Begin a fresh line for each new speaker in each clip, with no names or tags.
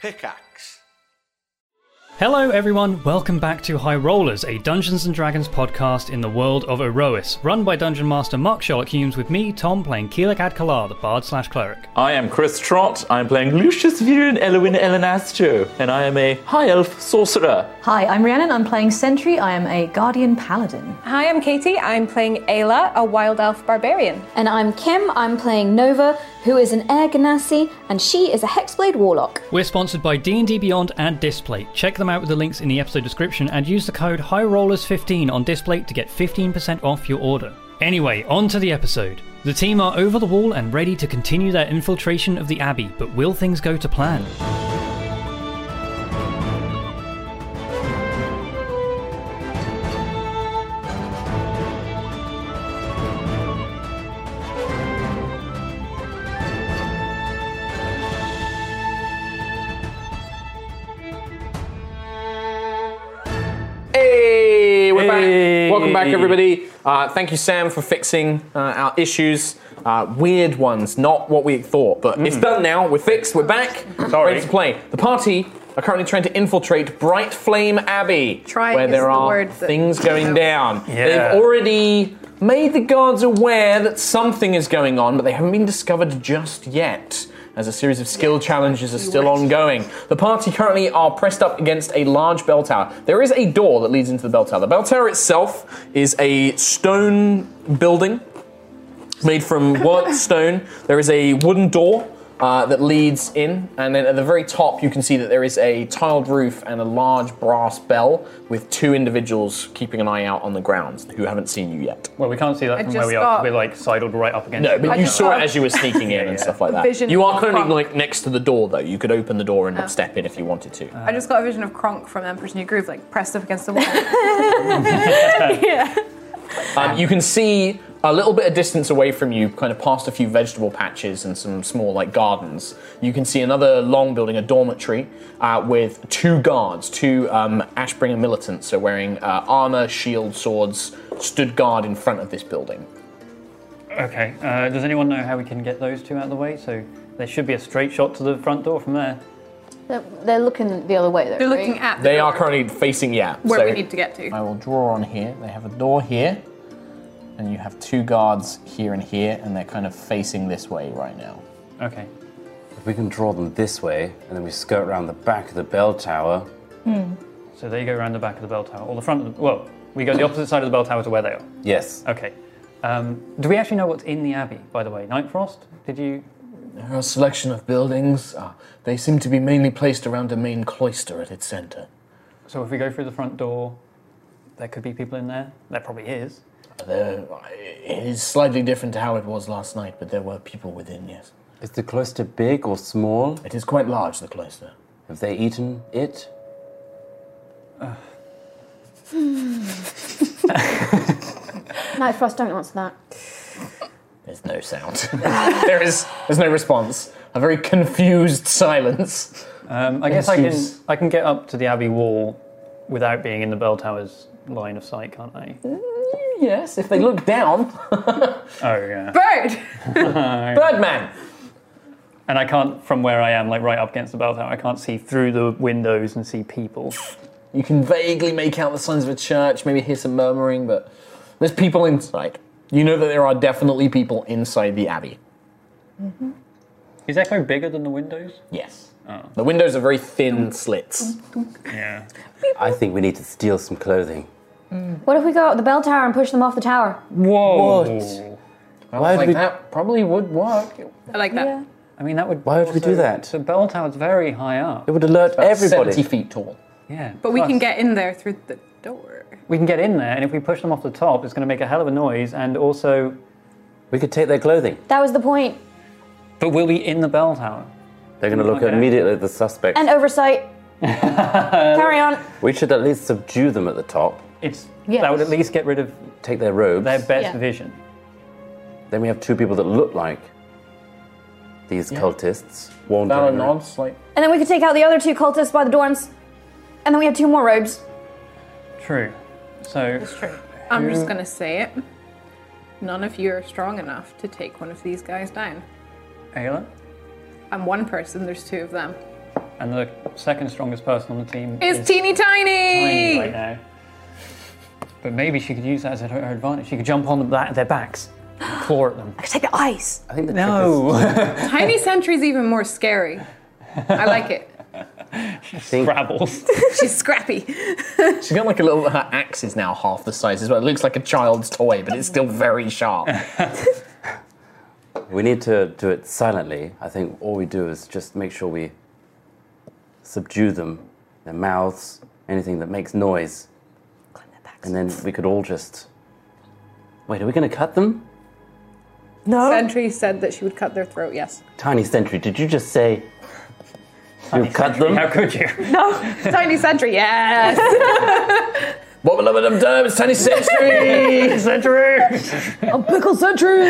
Pickaxe.
Hello, everyone. Welcome back to High Rollers, a Dungeons and Dragons podcast in the world of Erois, run by Dungeon Master Mark Sherlock Humes. With me, Tom, playing Keelik Adkalar, the bard slash cleric.
I am Chris Trott. I'm playing Lucius Viren Elwin Elenastro, and I am a high elf sorcerer.
Hi, I'm Rhiannon. I'm playing Sentry. I am a Guardian Paladin.
Hi, I'm Katie. I'm playing Ayla, a wild elf barbarian.
And I'm Kim. I'm playing Nova, who is an Air Ganassi, and she is a Hexblade Warlock.
We're sponsored by D&D Beyond and Displate. Check them out with the links in the episode description and use the code HIGHROLLERS15 on Displate to get 15% off your order. Anyway, on to the episode. The team are over the wall and ready to continue their infiltration of the Abbey, but will things go to plan?
Hey, we're
Hey.
back. Welcome back, everybody. Uh, thank you, Sam, for fixing uh, our issues. Uh, weird ones, not what we thought, but it's done now. We're fixed. We're back. Sorry. Ready to play. The party are currently trying to infiltrate Bright Flame Abbey,
Trying
where
is
there
the
are
word that-
things going down.
Yeah.
They've already made the guards aware that something is going on, but they haven't been discovered just yet. As a series of skill challenges are still ongoing. The party currently are pressed up against a large bell tower. There is a door that leads into the bell tower. The bell tower itself is a stone building made from worked stone. There is a wooden door uh, that leads in, and then at the very top, you can see that there is a tiled roof and a large brass bell with two individuals keeping an eye out on the ground who haven't seen you yet.
Well, we can't see that
I from where just we are, 'cause got-
We're
we're,
like sidled right up against
No, but
I
you
just
saw
got
it as you were sneaking in and stuff like that.
Vision
You are
of Oh.
currently
Kronk.
like next to the door, though. You could open the door and step in if you wanted to.
I just got a vision of Kronk from Emperor's New Groove, like pressed up against the wall.
Um, you can see a little bit of distance away from you, kind of past a few vegetable patches and some small like gardens. You can see another long building, a dormitory, uh, with two guards, two um, Ashbringer militants, are wearing uh, armor, shield, swords, stood guard in front of this building.
Okay. Uh, does anyone know how we can get those two out of the way? So there should be a straight shot to the front door from there.
They're, they're looking the other way though.
They're
right?
looking at the
They are
door
currently facing yeah.
where
so
we need to get to.
I will draw on here. They have a door here, and you have two guards here and here, and they're kind of facing this way right now.
Okay.
If we can draw them this way, and then we skirt around the back of the bell tower.
So they go around the back of the bell tower, or the front of the. Well, we go the opposite side of the bell tower to where they are.
Yes.
Okay. Um, do we actually know what's in the abbey, by the way? Nightfrost? Did you.
There are a selection of buildings. Uh, they seem to be mainly placed around a main cloister at its centre.
So if we go through the front door, there could be people in there? There probably is.
There, uh, it is slightly different to how it was last night, but there were people within, yes.
Is the cloister big or small?
It is quite large, the cloister.
Have they eaten it?
Nightfrost, don't answer that.
There's no sound. there is there's no response. A very confused silence.
Um, I guess I can,
Excuse-
I can get up to the abbey wall without being in the bell tower's line of sight, can't I?
Yes, if they look down.
Oh, yeah.
Bird!
Birdman!
And I can't, from where I am, like right up against the bell tower, I can't see through the windows and see people.
You can vaguely make out the signs of a church, maybe hear some murmuring, but there's people inside. You know that there are definitely people inside the abbey.
Is Echo bigger than the windows?
Yes.
Oh.
The windows are very thin slits.
Yeah.
I think we need to steal some clothing.
What if we go up the bell tower and push them off the tower?
Whoa!
What?
Like
Why would we?
that probably would work.
I like that.
I mean, that would.
Why would we do that?
The bell tower's very high up.
It would alert everybody.
70 feet tall.
Yeah.
But we can
plus-
get in there through the door.
We can get in there, and if we push them off the top, it's going to make a hell of a noise, and also.
We could take their clothing.
That was the point.
But we'll be in the bell tower.
They're going to look
Okay.
immediately at the suspect.
And oversight. Carry on.
we should at least subdue them at the top.
It's
Yes.
that would at least get rid of
Take their robes.
their best
Yeah.
vision.
Then we have two people that look like these cultists. One
Baron
down.
nods, like,
And then we could take out the other two cultists by the dorms. And then we have two more robes.
True. So
True. I'm just gonna say it. None of you are strong enough to take one of these guys down.
Ayla,
I'm one person, there's two of them.
and the second strongest person on the team
It's
is
teeny
tiny
tiny.
right now. But maybe she could use that as her, her advantage. She could jump on the back, their backs, and claw at them.
I could take the eyes.
I think the trick
No,
Tiny sentry's even more scary. I like it.
Scrabbles.
She's scrappy.
She's got like a little. Her axe is now half the size as well. It looks like a child's toy, but it's still very sharp.
is we need to do it silently. I think all we do is just make sure we subdue them, their mouths, anything that makes noise,
Climb their backs.
and then we could all just. Wait, are we going to cut them?
no.
Sentry said that she would cut their throat, yes.
Tiny Sentry, did you just say you cut them?
How could you?
Tiny sentry, yes.
Wobble up dum dum, it's tiny century!
Pickle Sentry!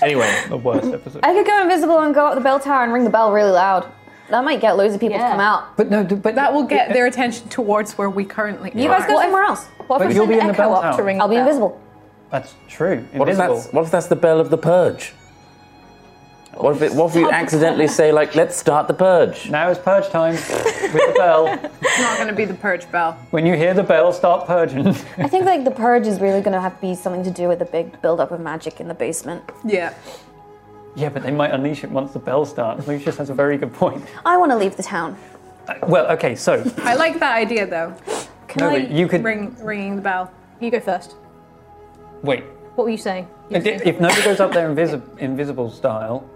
anyway,
The worst episode.
I could go invisible and go up the bell tower and ring the bell really loud. That might get loads of people
Yeah.
to come out.
But no, but
That will get their attention towards where we currently
You
are.
guys go somewhere else. What if
But
I
you'll
send
be in the Oh.
Echo
bell
up
tower.
to ring? I'll be
the bell.
invisible.
That's true.
What if
Invisible.
that's what if that's the bell of the purge? What if it, what if you accidentally say like let's start the purge?
Now it's purge time with the bell.
It's not going to be the purge bell.
When you hear the bell, start purging.
I think like the purge is really going to have to be something to do with the big build-up of magic in the basement.
Yeah.
yeah, but they might unleash it once the bell starts. Lucius has a very good point.
I want to leave the town.
Uh, Well, okay, so
I like that idea though.
Can
no,
I?
but you could
Ring, ringing the bell.
you go first.
wait.
What were you saying?
If, if Nova goes up there invisible, invisible style,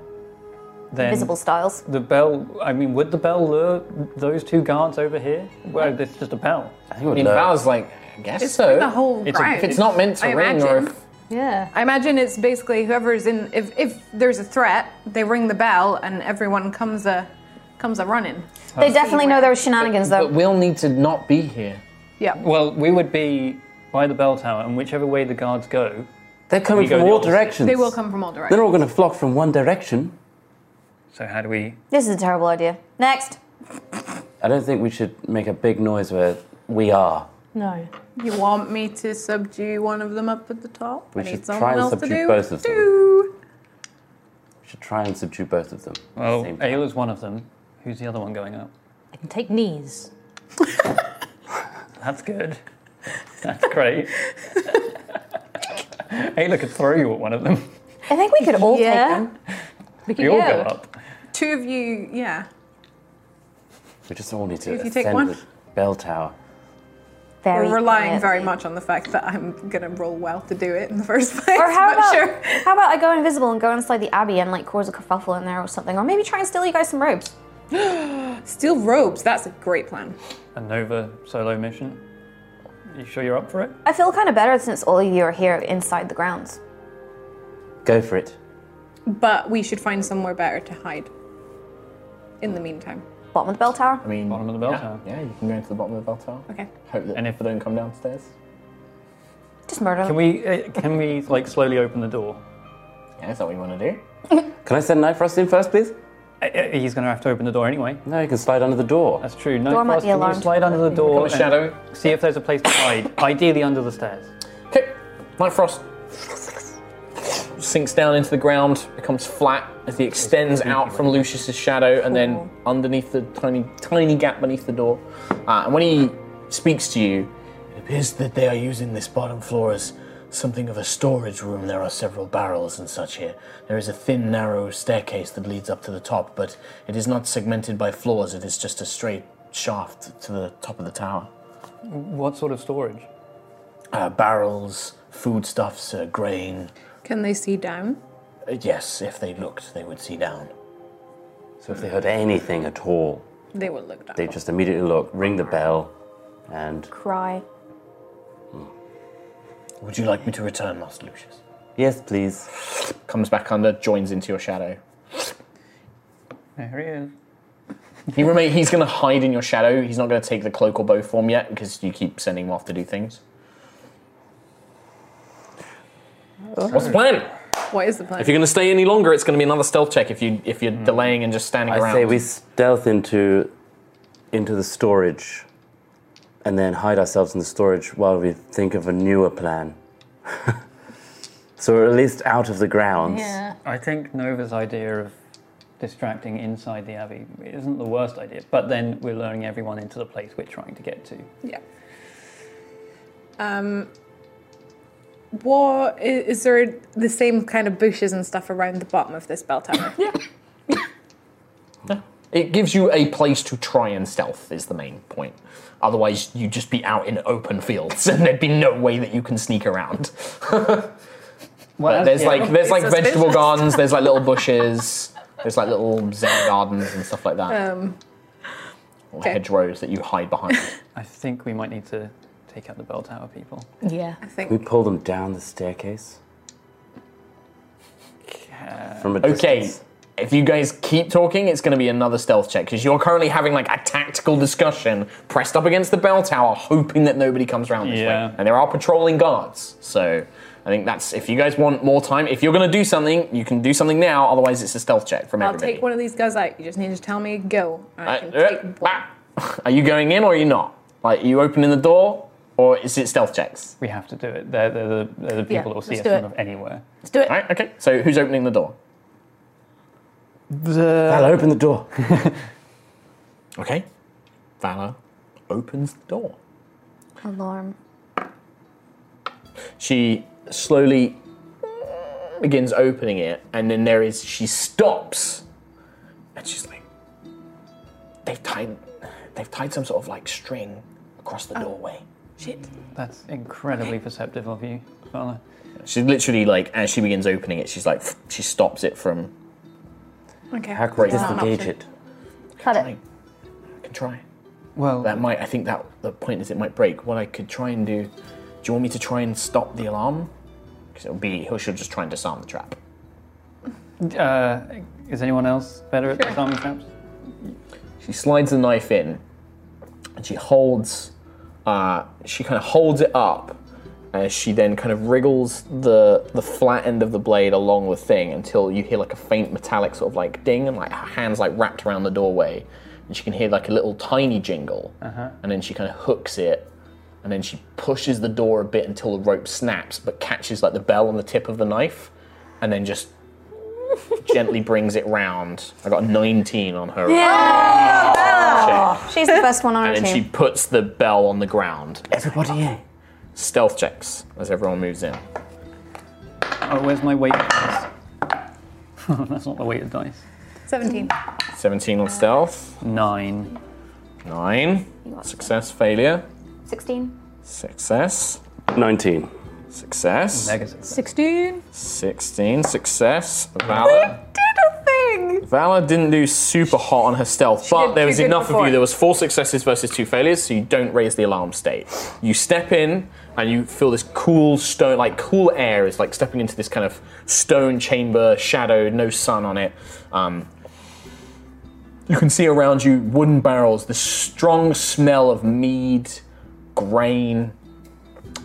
then
Invisible styles.
the bell. I mean, would the bell lure those two guards over here? Well, it's just a bell.
I think it would
I mean,
look-
Val's like, I guess
It's
so.
like the whole
It's a-
ground.
if it's not meant to
I
ring,
imagine,
or if
Yeah.
I imagine it's basically whoever's in. If, if there's a threat, they ring the bell and everyone comes a comes a running.
They definitely know there were shenanigans though.
but we'll need to not be here.
Yeah.
Well, we would be by the bell tower, and whichever way the guards go,
they're coming
We go
from
the
all
opposite.
directions.
they will come from all directions.
They're all going to flock from one direction.
so how do we?
This is a terrible idea. Next.
I don't think we should make a big noise where we are.
No.
You want me to subdue one of them up at the top?
We
I
should
need
try
someone
and
else to
subdue
do.
both of them.
do.
We should try and subdue both of them. at the
Well,
same time.
Ayla's one of them. Who's the other one going up?
I can take knees.
That's good. That's great. Ayla could throw you at one of them.
I think we could all
Yeah.
take them.
We can
We all
yeah.
go up.
Two of you, yeah.
we just all need to
If you take
ascend
one.
the bell tower.
Very
We're relying
quietly.
very much on the fact that I'm gonna roll well to do it in the first place.
Or how
but
about
sure.
how about I go invisible and go inside the abbey and like cause a kerfuffle in there or something, or maybe try and steal you guys some robes.
Steal robes. That's a great plan.
A Nova solo mission. You sure you're up for it?
I feel kind of better since all of you are here inside the grounds.
Go for it.
But we should find somewhere better to hide. In the meantime.
Bottom of the bell tower.
I mean,
Bottom of the bell
yeah,
tower.
Yeah, you can go into the bottom of the bell tower.
Okay.
Hope that
And
and
if-
if they don't come downstairs.
Just murder them.
Can we? Uh, can we like slowly open the door?
Yeah, is that what you want to do?
Can I send Night Frost in first, please?
Uh, uh, He's going to have to open the door anyway.
No, you can slide under the door.
That's true. No,
Door might
Frost,
be
can you
alarmed.
slide under the door.
Become a
and
shadow.
See if there's a place to hide. Ideally under the stairs.
Okay, Night Frost sinks down into the ground, becomes flat as he extends out from Lucius's shadow, and then underneath the tiny, tiny gap beneath the door. Uh, and when he speaks to you, it appears that they are using this bottom floor as something of a storage room. There are several barrels and such here. There is a thin, narrow staircase that leads up to the top, but it is not segmented by floors. It is just a straight shaft to the top of the tower.
What sort of storage?
Uh, barrels, foodstuffs, uh, grain.
Can they see down?
Yes, if they looked, they would see down.
So if they heard anything at all,
They will look down.
they just immediately look, ring the bell, and
Cry.
Would you like me to return, Master Lucius?
yes, please.
Comes back under, joins into your shadow.
There he is.
He remain. He's going to hide in your shadow. He's not going to take the cloak or bow form yet because you keep sending him off to do things. What's the plan?
what is the plan?
If you're going to stay any longer, it's going to be another stealth check. If you if you're delaying and just standing
I
around,
say we stealth into into the storage, and then hide ourselves in the storage while we think of a newer plan. so we're at least out of the grounds.
Yeah.
I think Nova's idea of
distracting inside the abbey isn't the worst idea. But then we're luring everyone into the place we're trying to get to.
Yeah. Um, what is, is there the same kind of bushes and stuff around the bottom of this bell tower? yeah.
It gives you a place to try and stealth, is the main point. Otherwise, you'd just be out in open fields, and there'd be no way that you can sneak around.
Well,
There's
yeah.
like there's like
It's suspicious.
vegetable gardens, there's like little bushes, there's like little zen gardens and stuff like that,
Um,
or
okay.
hedgerows that you hide behind.
I think we might need to take out the bell tower people.
Yeah.
I
We
think.
pull them down the staircase. From a
Okay.
distance.
If you guys keep talking, it's going to be another stealth check because you're currently having like a tactical discussion pressed up against the bell tower, hoping that nobody comes around this
Yeah.
way. And there are patrolling guards, so I think that's if you guys want more time. If you're going to do something, you can do something now. Otherwise, it's a stealth check from
I'll
everybody.
take one of these guys out. You just need to tell me go. I
Uh,
can
uh,
take one.
ah. Are you going in or are you not? Like, are you opening the door or is it stealth checks?
We have to do it. They're, they're, the, they're the people
Yeah,
that will see us
let's
sort
do
of
it.
anywhere.
Let's do it.
All right. Okay. So who's opening the door? Uh,
Val, open the door.
Okay. Valor opens the door.
Alarm.
she slowly begins opening it, and then there is she stops, and she's like, "They've tied, they've tied some sort of like string across the doorway."
Shit.
That's incredibly perceptive of you, Fala.
She literally like as she begins opening it, she's like, she stops it from.
Okay.
How can we
That's not an
disengage
option.
it?
Cut
I
it.
can try.
Well,
That might. I think that the point is it might break. What I could try and do. Do you want me to try and stop the alarm? Because it'll be. She'll just try and disarm the trap.
uh, is anyone else better at disarming traps?
She slides the knife in, and she holds. Uh, she kind of holds it up as she then kind of wriggles the the flat end of the blade along the thing until you hear like a faint metallic sort of like ding and like her hands like wrapped around the doorway, and she can hear like a little tiny jingle, and then she kind of hooks it. And then she pushes the door a bit until the rope snaps, but catches like the bell on the tip of the knife, and then just gently brings it round. I got a 19 on her.
She's the best one on our
And then she
team.
puts the bell on the ground.
Everybody in.
Stealth checks as everyone moves in.
Oh, where's my weight dice? That's not the weighted dice.
17.
17 on stealth.
Nine.
Nine. Success, failure.
16.
Success.
19.
Success.
Negative.
16.
16. Success. Valor.
Did a thing!
Valor didn't do super hot on her stealth, but
did
there
too
was
good
enough of
before.
you. There was four successes versus two failures, so you don't raise the alarm state. You step in and you feel this cool stone, like cool air is like stepping into this kind of stone chamber, shadowed, no sun on it. Um, you can see around you wooden barrels, the strong smell of mead, grain,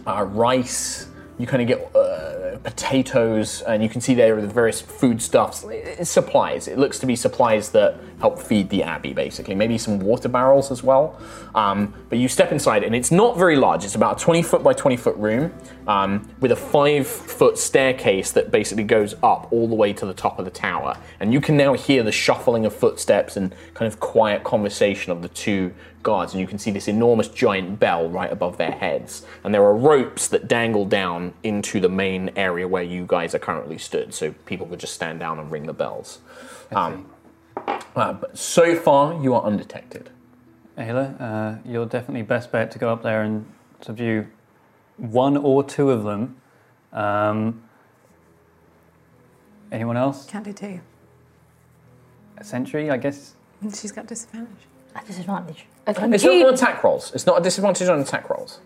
uh, rice. You kind of get uh, potatoes, and you can see there are the various foodstuffs, It's supplies. It looks to be supplies that help feed the abbey, basically. Maybe some water barrels as well. Um, but you step inside, and it's not very large. It's about a 20 foot by 20 foot room um, with a five foot staircase that basically goes up all the way to the top of the tower. And you can now hear the shuffling of footsteps and kind of quiet conversation of the two guards, and you can see this enormous giant bell right above their heads. And there are ropes that dangle down into the main area where you guys are currently stood, so people could just stand down and ring the bells. Um, uh, but so far, you are undetected.
Ayla, uh, you're definitely best bet to go up there and subdue one or two of them. Um, anyone else?
Can't do two.
A century, I guess.
She's got disadvantage.
At disadvantage.
It's not on attack rolls. It's not a disadvantage on attack rolls.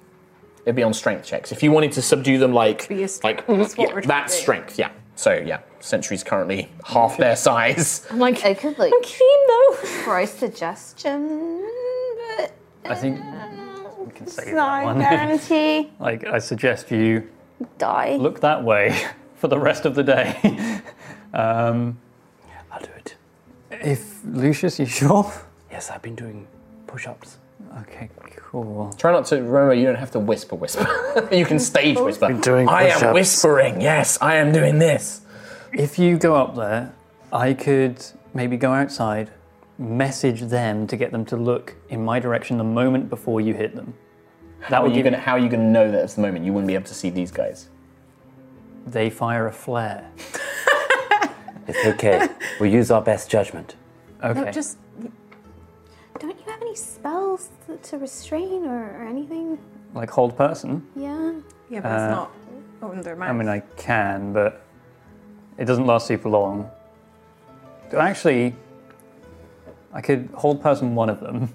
It'd be on strength checks. If you wanted to subdue them, like
Be a strength.
like
That's what
yeah,
we're trying
that's
to do.
strength. Yeah. So yeah, Sentry's currently half their size.
I'm like, I could like
keen though.
for a suggestion, but
I think we can
it's
save that
not a
one.
guarantee.
like, I suggest you
Die.
look that way for the rest of the day. um,
I'll do it.
if Lucius, you sure?
Yes, I've been doing push ups.
Okay, cool.
Try not to remember. You don't have to whisper. Whisper. you can stage
Oh.
whisper.
doing
I am
push-ups.
whispering. Yes, I am doing this.
If you go up there, I could maybe go outside, message them to get them to look in my direction the moment before you hit them. That
How are
would
you
give
gonna How are you gonna know that it's the moment? You wouldn't be able to see these guys.
they fire a flare.
It's okay. we use our best judgment.
Okay.
No, just
Don't you have any spells th- to restrain or, or anything?
like hold person.
Yeah.
yeah, but it's not under my.
Uh, I mean, I can, but it doesn't last super long. Do- Actually, I could hold person one of them.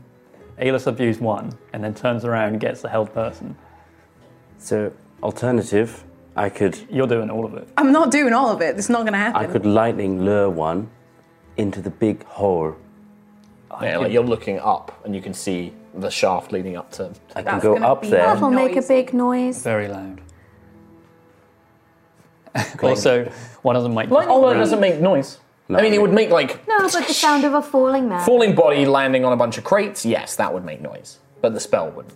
Ayla subdues one, and then turns around and gets the held person.
So, alternative, I could
You're doing all of it.
I'm not doing all of it. It's not going to
I
happen.
could lightning lure one into the big hole.
yeah, like you're looking up and you can see the shaft leading up to.
I can
That's
go
gonna
up
be
there.
That'll make a
Noise.
big noise.
Very loud. also, one of them might.
Lightning bolt doesn't make noise. I mean, it would make like
No, but the sound of a falling man.
falling body landing on a bunch of crates. Yes, that would make noise, but the spell wouldn't.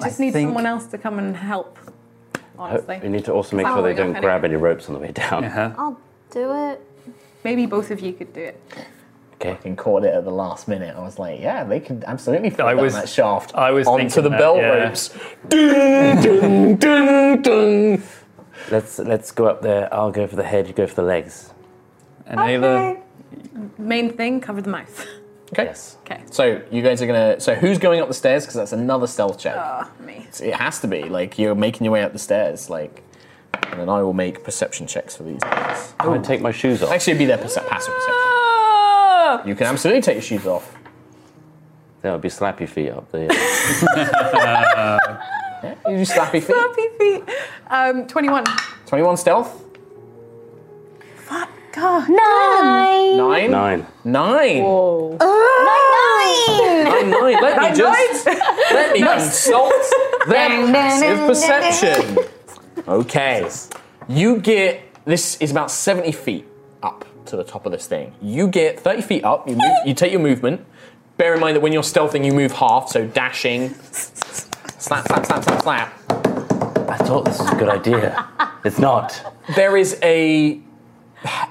just need
think-
someone else to come and help.
We
Honestly,
need to also make
Oh,
sure
Following
they
up
don't
anyway.
grab any ropes on the way down.
I'll do it.
maybe both of you could do it.
Okay.
And caught it at the last minute. I was like, yeah, they could absolutely fall
I
down
was-
that shaft.
I was
onto
thinking
the
that,
belt
yeah.
ropes. Dun, dun, dun, dun.
Let's let's go up there. I'll go for the head. You go for the legs.
And Ayla,
Main thing, cover the mouth.
Okay.
Yes.
Okay.
So you guys are gonna. So who's going up the stairs? Because that's another stealth check.
Ah, me.
It has to be. Like you're making your way up the stairs. Like, and then I will make perception checks for these. Guys.
I'm gonna take my shoes off.
Actually, it'd be their perce- passive perception.
Oh!
You can absolutely take your shoes off.
There would be slappy feet up there. I
You do slappy feet.
Happy feet. Um, 21.
Twenty-one stealth.
Fuck. God.
Nine.
Nine.
Nine.
Nine. Nine. Nine. Let me just. Let me consult their passive perception. Okay. You get. This is about 70 feet up to the top of this thing. You get 30 feet up, you, move, you take your movement. Bear in mind that when you're stealthing, you move half, so dashing. Slap, slap, slap, slap, slap.
thought this was a good idea. It's not.
There is a.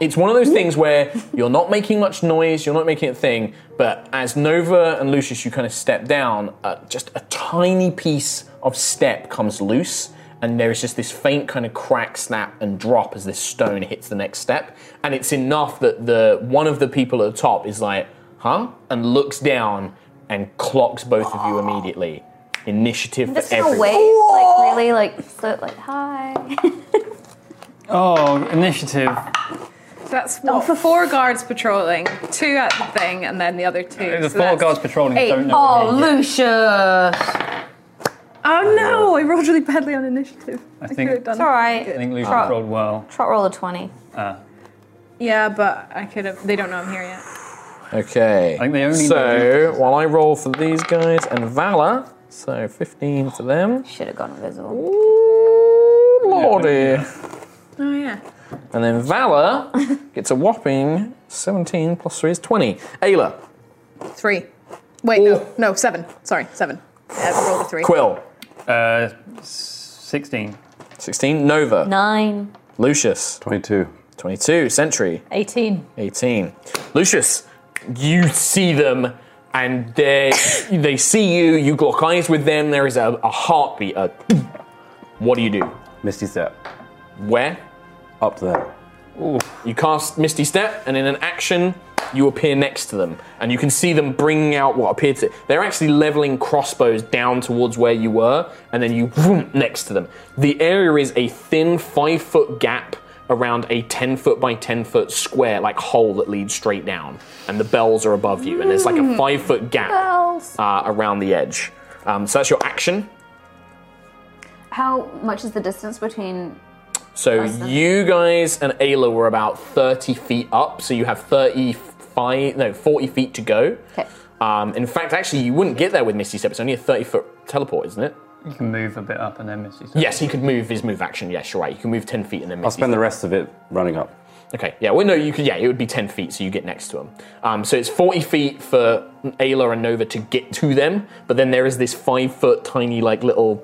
It's one of those things where you're not making much noise, you're not making a thing, but as Nova and Lucius, you kind of step down, uh, just a tiny piece of step comes loose, and there is just this faint kind of crack, snap, and drop as this stone hits the next step. And it's enough that the one of the people at the top is like, huh? And looks down and clocks both of you immediately. Initiative
Just
for
gonna
everyone.
wave, like really, like so, like
Hi.
oh, initiative.
That's what? for four guards patrolling, two at the thing, and then the other two.
The
So
four
that's
guards patrolling
eight.
don't know.
Oh, Lucia!
Oh no! I rolled really badly on initiative. I,
think-
could have done.
All right.
I think Lucy
Trot-
rolled well.
Trot roll a twenty.
Yeah, but I could have. They don't know I'm here yet.
Okay.
think they only
So while I roll for these guys and Valor, so 15 for them.
Should have gone invisible.
Ooh, lordy.
Oh yeah.
And then Valor gets a whopping 17 plus 3 is 20. Ayla,
Three. Wait, no, no, seven. Sorry, seven. Yeah, rolled a three.
Quill,
Uh, sixteen.
16. Nova,
Nine.
Lucius,
Twenty-two.
22. Sentry,
18.
18. Lucius, you see them and they they see you, you lock eyes with them, there is a, a heartbeat. A what do you do?
Misty step.
Where?
Up there.
You cast Misty Step, and in an action, you appear next to them, and you can see them bringing out what appear to. They're actually leveling crossbows down towards where you were, and then you vroom, next to them. The area is a thin five foot gap around a 10 foot by 10 foot square like hole that leads straight down and the bells are above you and there's like a five foot gap uh, around the edge um, so that's your action
How much is the distance between?
So you guys and Ayla were about 30 feet up, so you have 35, no, 40 feet to go.
Okay.
Um, in fact, actually, you wouldn't get there with Misty Step. It's only a 30 foot teleport, isn't it?
You can move a bit up and then Misty.
Yes, he could move his move action. Yes, you're right. You can move 10 feet and then Misty
I'll spend the rest of it running up.
Okay, yeah, well, no, you could, yeah, it would be 10 feet, so you get next to him. Um, so it's 40 feet for Ayla and Nova to get to them, but then there is this five foot tiny, like, little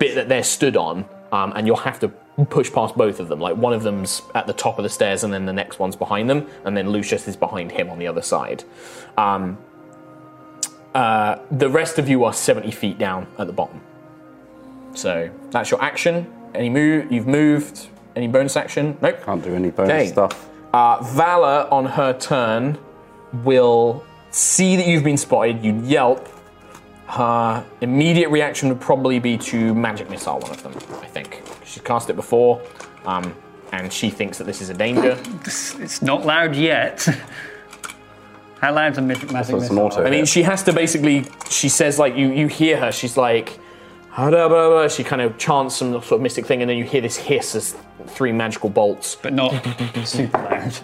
bit that they're stood on, um, and you'll have to push past both of them. Like one of them's at the top of the stairs, and then the next one's behind them, and then Lucius is behind him on the other side. Um, uh, the rest of you are 70 feet down at the bottom. So that's your action. Any move? You've moved. Any bonus action? Nope.
Can't do any bonus
Okay.
stuff.
Uh, Valor, on her turn, will see that you've been spotted. You yelp. Her immediate reaction would probably be to magic missile one of them. I think she's cast it before, um, and she thinks that this is a danger.
It's not loud yet. How loud's a magic magic
So it's an
missile?
auto.
I mean, she has to basically. She says like you. You hear her. She's like, "Ah, da, blah, blah." she kind of chants some sort of mystic thing, and then you hear this hiss as three magical bolts.
But not super loud.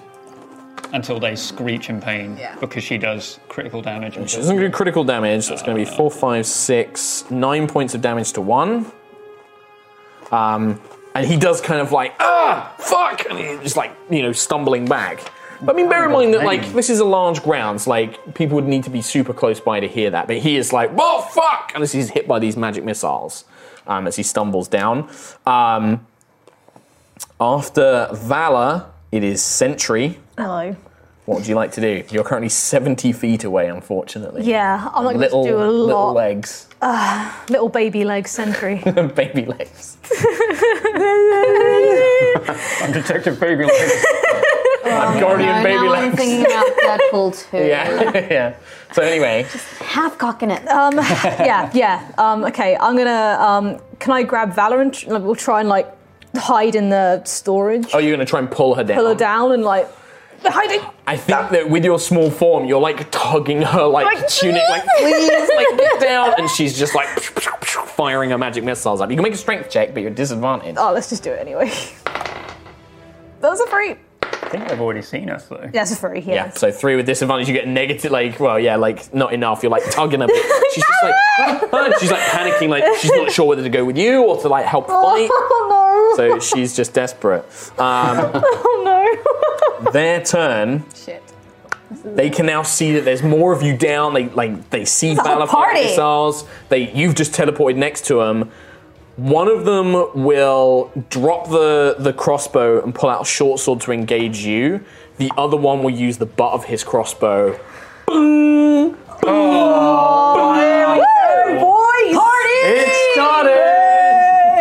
Until they screech in pain
Yeah.
because she does critical damage.
She doesn't do critical damage, so it's going to be four, five, six, nine points of damage to one. Um, and he does kind of like, ah, fuck! And he's just like, you know, stumbling back. But I mean, bear in mind that, like, this is a large grounds. Like, people would need to be super close by to hear that. But he is like, well, fuck! Unless he's hit by these magic missiles um, as he stumbles down. Um, after Valor, it is Sentry.
Hello.
What would you like to do? You're currently 70 feet away, unfortunately
Yeah, I'm not going to
little,
do a
little
lot. Little,
legs,
baby leg sentry.
baby legs.
Detective Baby like,
Oh,
I'm guardian
No,
baby
now I'm
legs.
thinking about Deadpool 2.
yeah, yeah. So anyway,
Half cocking it.
Um, yeah, yeah. Um, okay, I'm going to. Um, can I grab Valor and tr- like, we'll try and like hide in the storage,
oh, you're gonna try and pull her down.
pull her down, and like hiding.
I think that with your small form, you're like tugging her like,
Like,
tunic, like
please.
please, like get down, and she's just like firing her magic missiles at you. You can make a strength check, but you're disadvantaged.
Oh, let's just do it anyway. that was a free.
I think they've already seen us though.
That's a free. Yeah.
Yeah, so three with disadvantage, you get negative, like, well, yeah, like, not enough. You're like tugging her. but She's just like, "Ah," and she's like panicking, like, she's not sure whether to go with you or to like help fight.
Oh no.
So she's just desperate. Um,
oh no.
their turn,
Shit.
they can now see that there's more of you down. They like they see
a whole
Valor
party.
missiles. They you've just teleported next to them. One of them will drop the the crossbow and pull out a short sword to engage you. The other one will use the butt of his crossbow. Boom! Boom!
Woo, boys. Party.
It started.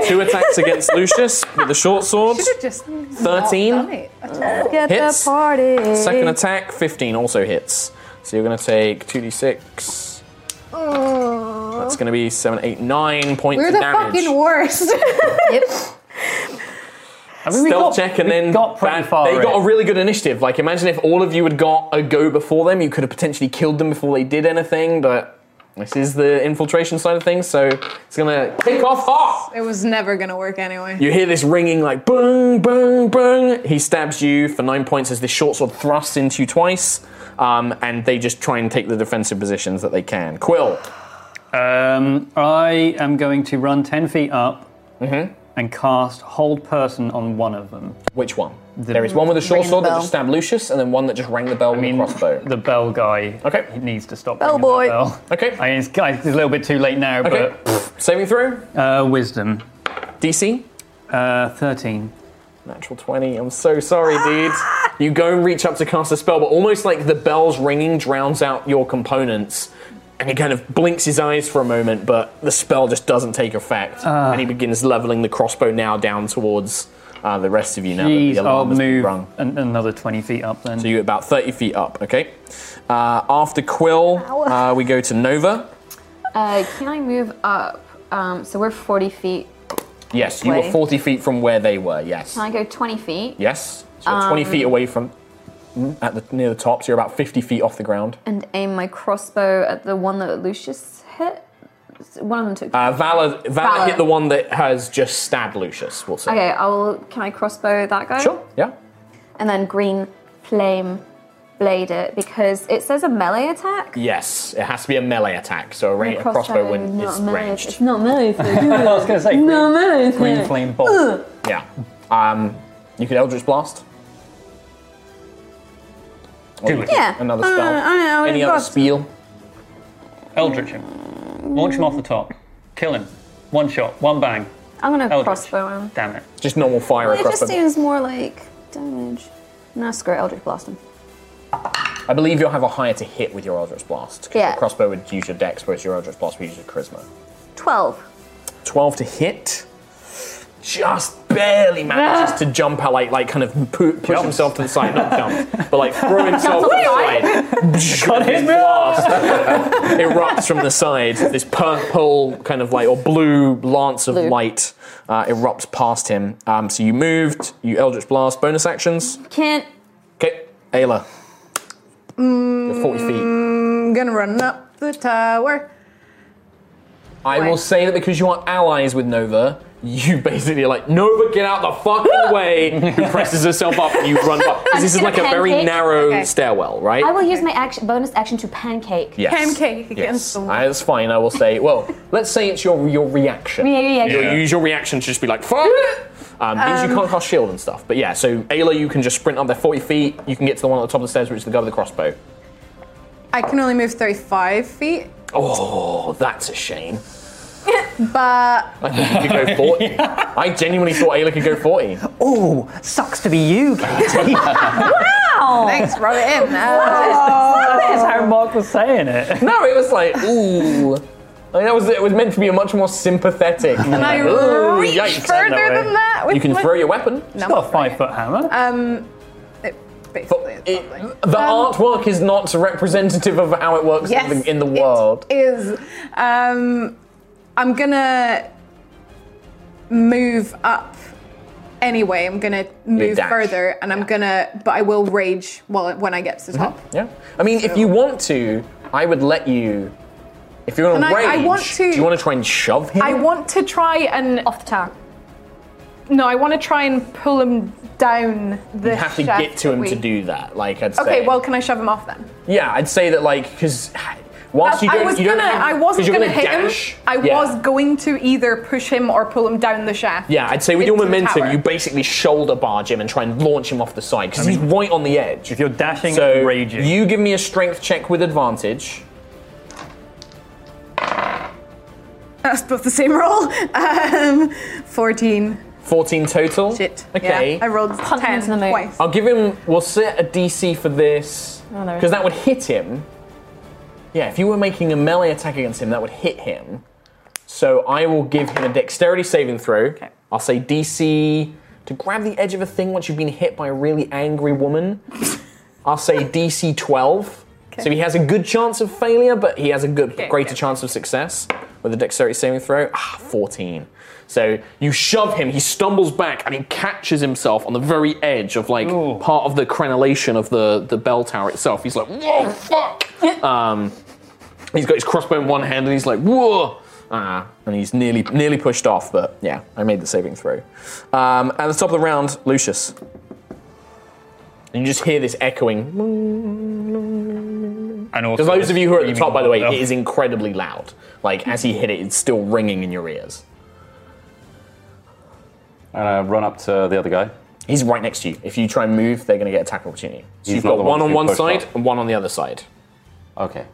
Two attacks against Lucius with the short sword.
Should have just not
13.
done it. I just-
Get
Hits.
the party.
Second attack, 15 also hits. So you're going to take 2d6. That's going to be 7, 8, 9 points
We're
of
the
damage.
fucking worst.
I mean, we got-
Stealth check and
we
then
got pretty
bad-
far.
they got a
in.
really good initiative. Like imagine if all of you had got a go before them, you could have potentially killed them before they did anything. But this is the infiltration side of things, so it's gonna kick off hot.
it was never gonna work anyway.
You hear this ringing like boom, boom, boom. He stabs you for nine points as this short sword thrusts into you twice, um, and they just try and take the defensive positions that they can. Quill,
Um, I am going to run 10 feet up
Mm-hmm.
and cast Hold Person on one of them.
which one? there is one with a short
Ringing
sword
the
that
bell.
just stabbed Lucius, and then one that just rang the bell
I
with
mean,
a crossbow.
the bell guy
Okay.
he needs to stop.
Bell
ringing that
boy.
Bell.
Okay.
I mean, it's, it's a little bit too late now,
Okay, saving throw,
but uh, wisdom.
DC.
Uh, 13.
Natural 20. I'm so sorry, dude.
Ah!
You go and reach up to cast a spell, but almost like the bell's ringing drowns out your components. And he kind of blinks his eyes for a moment, but the spell just doesn't take effect.
Ah.
and he begins leveling the crossbow now down towards uh, the rest of you now. that
Jeez,
the
I'll
alarm has been
move
rung.
an- another 20 feet up then.
So you're about 30 feet up, okay? Uh, after Quill,
Ow.
uh, we go to Nova.
Uh, can I move up? Um, so we're 40 feet.
Yes, you were
Way.
40 feet from where they were, yes.
Can I go 20 feet?
Yes, so you're 20
Um,
feet away from. mm, At the, near the top, so you're about 50 feet off the ground.
And aim my crossbow at the one that Lucius hit? One of them took.
Uh, Valor, Valor,
Valor.
hit the one that has just stabbed Lucius. We'll see.
okay, I'll. Can I crossbow that guy?
Sure. Yeah.
And then green flame blade it because it says a melee attack.
Yes, it has to be a melee attack, so a, ra-
And
a
a
crossbow wouldn't
not
is
a melee.
ranged.
It's not melee.
I was going to say,
no melee.
green flame bolt.
Yeah. Um, you could Eldritch Blast. Or
Do
you
it.
could
Oh, Yeah.
Another
Uh,
spell.
I- I-
Any other spiel?
Eldritch him. Launch him off the top. Kill him. One shot, one bang.
I'm gonna
Eldritch.
crossbow him.
Damn it.
Just normal fire
It
across
just
the.
seems more like damage. No, screw it, Eldritch Blast him.
I believe you'll have a higher to hit with your Eldritch Blast. 'cause
Yeah.
Your crossbow would use your dex, whereas your Eldritch Blast would use your charisma.
12.
12 to hit. Just barely manages to jump out, like, like kind of pu- push himself to the side, not jump, but like throw himself to the side. Got his blast uh, erupts from the side. This purple kind of like or blue lance of
Blue.
light uh, erupts past him. Um, so you moved, you Eldritch Blast, bonus actions.
Can't.
Okay, Ayla. You're 40 feet.
I'm gonna run up the tower.
I will
Wait.
say that because you are allies with Nova, you basically are like, Nova, get out the fucking way, who presses herself up and you run up. 'Cause
I'm
This is
just
like a
gonna
very
pancake.
narrow
Okay.
stairwell, right?
I will use my action, bonus action to pancake.
Yes.
Pancake
Yes.
against the wall.
I- that's fine. I will say, well, let's say it's your, your reaction.
Yeah, yeah, yeah.
You'll use your reaction to just be like, fuck! Um, because you can't cast shield and stuff. But yeah, so Ayla, you can just sprint up there 40 feet. You can get to the one at the top of the stairs, which is the guy with the crossbow.
I can only move 35 feet,
Oh, that's a shame.
but
I think you could go 40. I genuinely thought Ayla could go 40.
Ooh, sucks to be you, Katie.
thanks, rub it in.
That's how Mark was saying it.
No, it was like, ooh. I mean, that was it. Was meant to be a much more sympathetic.
Can I
Ooh,
reach
yikes.
further
No way.
than that? with
You can
my-
throw your weapon.
No,
Got a five foot hammer.
Um, it
But
basically
it,
is lovely.
the
Um,
artwork is not representative of how it works in,
yes,
the, in the
it
world.
is. Um, I'm gonna move up anyway. I'm gonna move
dash.
further, and I'm gonna, but I will rage while when I get to the top.
Yeah. I mean, if you want to, I would let you. If you're on
And I- I
rage,
want to-
do you want to try and shove him?
I want to try and
Off the tower.
no, I want to try and pull him down the.
you have to
shaft
get to
that
him
we-
to do that. Like I'd say.
Okay, well, can I shove him off then?
Yeah, I'd say that like because once you
I
don't,
was
you
gonna,
don't have,
I
'cause
wasn't
you're
gonna, hit
dash.
him. I
Yeah.
was going to either push him or pull him down the shaft.
Yeah, I'd say with your
into the
momentum,
tower.
you basically shoulder barge him and try and launch him off the side because he's right on the edge.
If you're dashing
so
and raging.
you give me a strength check with advantage.
That's both the same roll. Um, Fourteen.
14 total.
Shit.
Okay. Um,
Yeah, I rolled
Punch him
ten
into the moon.
twice.
I'll give him. We'll set a DC for this
Oh, there
because
is-
that would hit him. Yeah, if you were making a melee attack against him, that would hit him. So I will give him a dexterity saving throw. Okay. I'll say DC to grab the edge of a thing once you've been hit by a really angry woman. I'll say DC 12. So he has a good chance of failure, but he has a good, greater
okay.
chance of success with a dexterity saving throw. Ah, 14. So you shove him, he stumbles back, and he catches himself on the very edge of like
Ooh.
part of the crenellation of the, the bell tower itself. He's like, whoa, fuck! um, he's got his crossbow in one hand, and he's like, whoa! Ah, and he's nearly nearly pushed off, but yeah, I made the saving throw. Um, at the top of the round, Lucius. And you just hear this echoing.
And also
Because those of you who are at the
screaming
top, by the way,
about
it is incredibly loud. Like as he hit it, it's still ringing in your ears.
And I run up to the other guy.
He's right next to you. If you try and move, they're going to get attack opportunity. So
He's
you've
not
got
the
one
one
on
who
one
pushed
side
up.
and one on the other side.
Okay.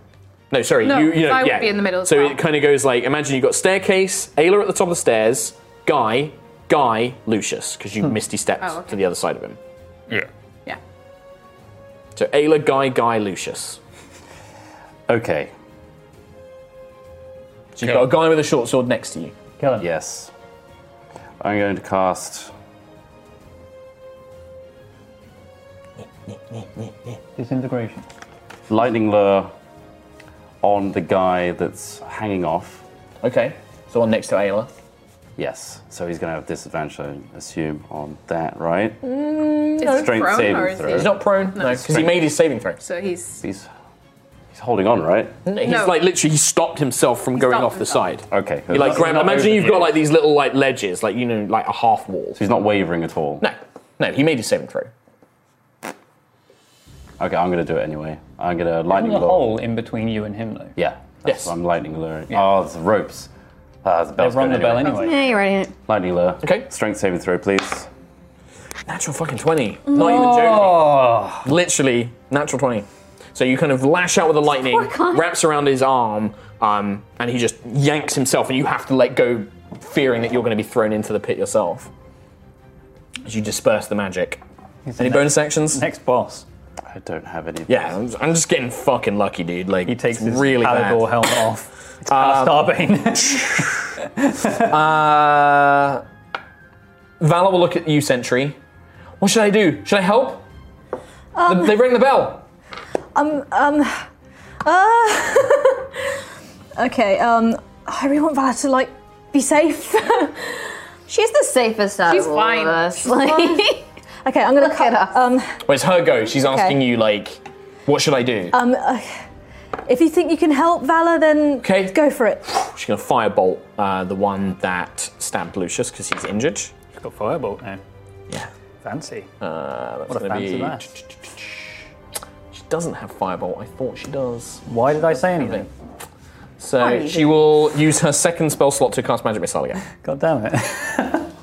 No, sorry.
No,
you, you know,
I would
yeah.
be in the middle as
So
well.
it kind of goes like imagine you've got staircase, Ayla at the top of the stairs, Guy, Guy, Lucius, because you misty stepped
Oh, okay.
to the other side of him.
Yeah.
Yeah.
So Ayla, Guy, Guy, Lucius.
Okay.
So you've got a guy with a short sword next to you.
Kill him.
Yes. I'm going to cast.
Disintegration.
lightning lure on the guy that's hanging off.
Okay. So one next to Ayla.
Yes, so he's going to have disadvantage, I assume, on that, right?
Is he
Strength
prone
saving
Mm-hmm. or is
throw.
he-
He's not prone. No, because he made his saving throw.
So he's
He's he's holding on, right?
He's
No.
like literally he stopped himself from going
stopped
off the
himself.
side.
Okay.
You like grab.
not
Imagine
over
you've
here.
got like these little like ledges, like you know, like a half wall.
He's not wavering at all.
No, no, he made his saving throw.
Okay, I'm going to do it anyway. I'm going to
There's
lightning
a
lure.
hole in between you and him, though.
Yeah.
Yes.
That's what I'm lightning luring.
Yeah.
Oh, there's the ropes. Ah, the bell's
They've run the
going
bell
anyway.
anyway.
Yeah, you're right.
Lightning lure.
Okay.
Strength saving throw, please.
Natural fucking twenty. Not even joking.
Oh,
Literally natural twenty. So you kind of lash out with the lightning,
guy.
wraps around his arm, um, and he just yanks himself, and you have to let go fearing that you're going to be thrown into the pit yourself. As you disperse the magic. Any bonus actions?
Next boss.
I don't have any. Yeah, I'm I'm just getting fucking lucky, dude. Like he takes
his
really
Palador
bad. Um,
helmet
off. It's
Starbane.
uh, Valor will look at you, Sentry. What should I do? Should I help?
Um,
They- they ring the bell.
Um, um, uh, okay, um, I really want Vala to, like, be safe.
She's the safest out
She's
of all
fine.
of us.
She's fine. okay, I'm gonna Look cut, um,
Well, it's her go. She's
Okay.
asking you, like, what should I do?
um, uh, if you think you can help Vala, then
Okay.
go for it.
She's going to firebolt uh, the one that stabbed Lucius because he's injured. She's
got firebolt now.
Yeah.
Fancy.
Uh, that's
What a
gonna
fancy
be-
lass.
She doesn't have firebolt. I thought she does.
Why did I say anything? Why
So
you
she will use her second spell slot to cast magic missile again.
God damn it. That'd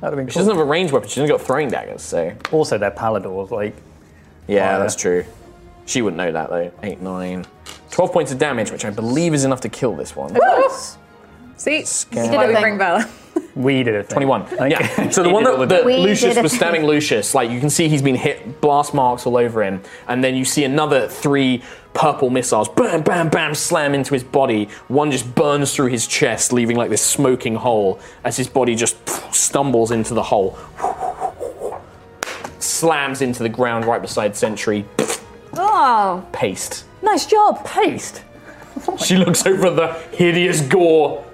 have been
She doesn't have a range weapon. She doesn't got throwing daggers. So
also they're paladors. Like
yeah, that's true. She wouldn't know that though. Eight, nine, 12 points of damage, which I believe is enough to kill this one.
See,
Scary.
That's why we bring Bella.
We did it.
21. Yeah. So the one that, that
We
Lucius
did a
was
thing.
stabbing Lucius, like you can see he's been hit, blast marks all over him. And then you see another three purple missiles, bam, bam, bam, slam into his body. One just burns through his chest, leaving like this smoking hole as his body just stumbles into the hole. Slams into the ground right beside Sentry.
Oh,
Paste.
nice job. Paste.
She looks over the hideous gore.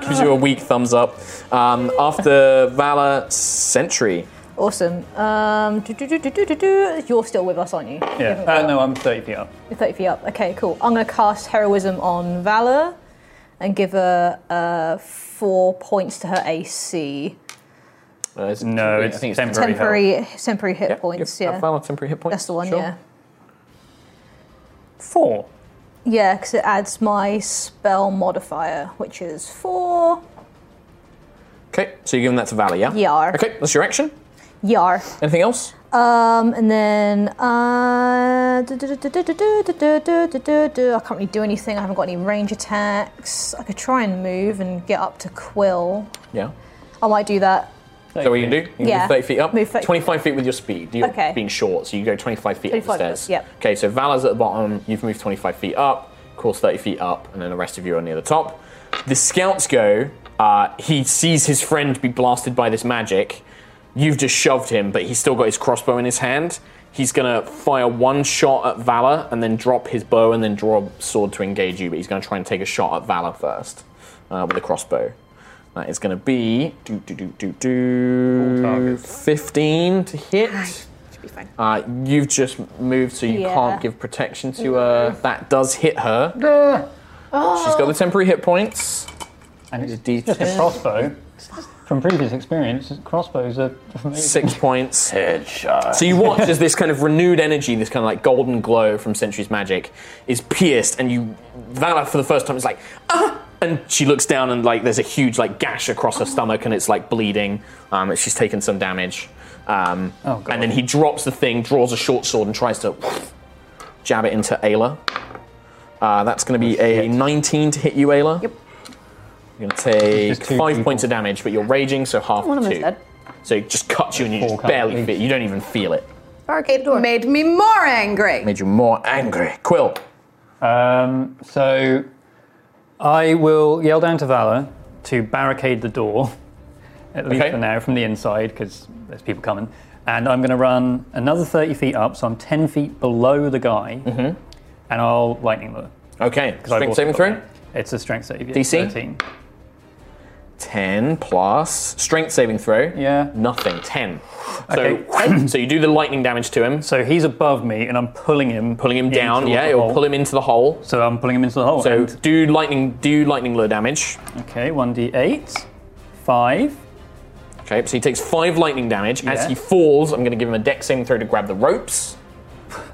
Gives you a weak thumbs up. Um, after Valor, Sentry.
Awesome. Um, do, do, do, do, do, do, do. You're still with us, aren't you?
Yeah. Uh, no, I'm 30 feet up.
You're 30 feet up. Okay, cool. I'm going to cast Heroism on Valor and give her uh, four points to her AC.
Uh,
no, it's temporary.
Temporary, temporary hit points, yeah.
uh, Valor temporary hit points.
That's the one, yeah.
Four.
Yeah, because it adds my spell modifier, which is four.
Okay, so you're giving that to Valor, yeah?
Yar.
Okay, that's your action.
Yar.
Anything else?
Um, and then uh, du- du- du- du- du- du- du- du- du- du- du- du. I can't really do anything. I haven't got any range attacks. I could try and move and get up to Quill.
Yeah.
I might do that.
So what you can do? You can
Yeah.
do 30 feet up.
Move 30
25 feet with your speed. You're
Okay.
being short, so you go 25 feet up
25
the stairs.
feet, yep.
Okay, so Valor's at the bottom. You've moved 25 feet up. Course 30 feet up, and then the rest of you are near the top. The scouts go. Uh, he sees his friend be blasted by this magic. You've just shoved him, but he's still got his crossbow in his hand. He's gonna fire one shot at Valor and then drop his bow and then draw a sword to engage you, but he's gonna try and take a shot at Valor first uh, with a crossbow. That is gonna be do do do do do fifteen to hit. Should be fine. Uh, you've just moved, so you
Yeah.
can't give protection to her. That does hit her. She's got the temporary hit points. And it's D10.
Just a crossbow. From previous experience, crossbows are
Six points.
Headshot.
So you watch as this kind of renewed energy, this kind of like golden glow from Sentry's magic, is pierced, and you Vala for the first time is like, ah! and she looks down and like there's a huge like gash across her stomach, and it's like bleeding. Um, she's taken some damage. Um, and then he drops the thing, draws a short sword, and tries to jab it into Ayla. Uh, that's going to be a 19 to hit you, Ayla. Yep. You're going to take five points of damage, but you're raging, so half
One of
two.
them's dead.
So it just cuts you and you just barely feel. You don't even feel it.
Barricade door. Made me more angry.
Made you more angry. Quill.
Um, so I will yell down to Valor to barricade the door, at least for now, from the inside, because there's people coming. And I'm going to run another 30 feet up, so I'm 10 feet below the guy, and I'll lightning lure.
Okay.
'Cause I've
Mm-hmm. Strength
also
saving
got
throw?
that. It's a strength save. yeah,
DC?
13.
10 plus strength saving throw. Yeah. Nothing. 10. So, so you do the lightning damage to him.
So he's above me, and I'm pulling him,
pulling him down. Yeah, it'll pull him into the hole.
So I'm pulling him into the hole.
So do lightning do lightning lure damage.
Okay, 1d8, 5.
Okay, so he takes five lightning damage. As
Yeah.
he falls, I'm going to give him a deck saving throw to grab the ropes.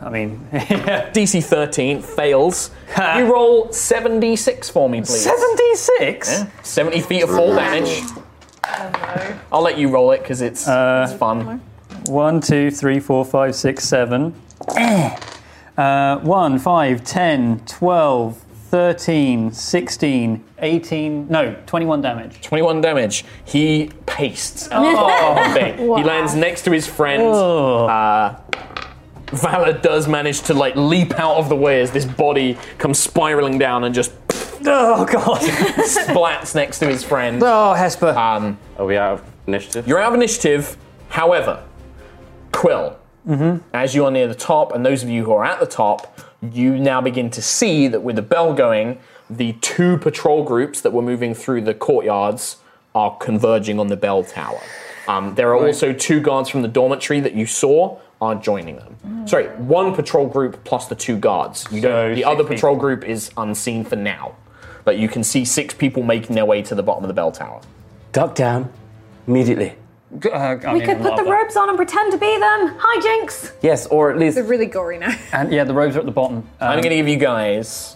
I mean,
DC 13 fails. you roll 7d6 for me, please.
76?
Yeah. 70 feet of fall damage. Oh, I'll let you roll it because it's, it's fun.
One, two, three, four, five, six, seven. Eh. Uh, 1, 5, 10, 12,
13, 16, 18, no, 21 damage.
21 damage. He pastes out
Oh.
of the thing. He lands next to his friend. Uh, Valor does manage to like leap out of the way as this body comes spiraling down and just
Oh, God.
splats next to his friend. Oh, Hesper.
Ah.
Um,
Are we out of initiative?
You're out of initiative. However, Quill,
Mm-hmm.
as you are near the top, and those of you who are at the top, you now begin to see that with the bell going, the two patrol groups that were moving through the courtyards are converging on the bell tower. Um, there are also two guards from the dormitory that you saw are joining them. Sorry, one patrol group plus the two guards. You don't, the other patrol group is unseen for now, but you can see six people making their way to the bottom of the bell tower.
Duck down immediately.
uh,
we could put the ropes on and pretend to be them. Hi, Jinx.
Yes, or at least.
They're really gory now.
And yeah, the robes are at the bottom. Uh,
Um,
I'm going to give you guys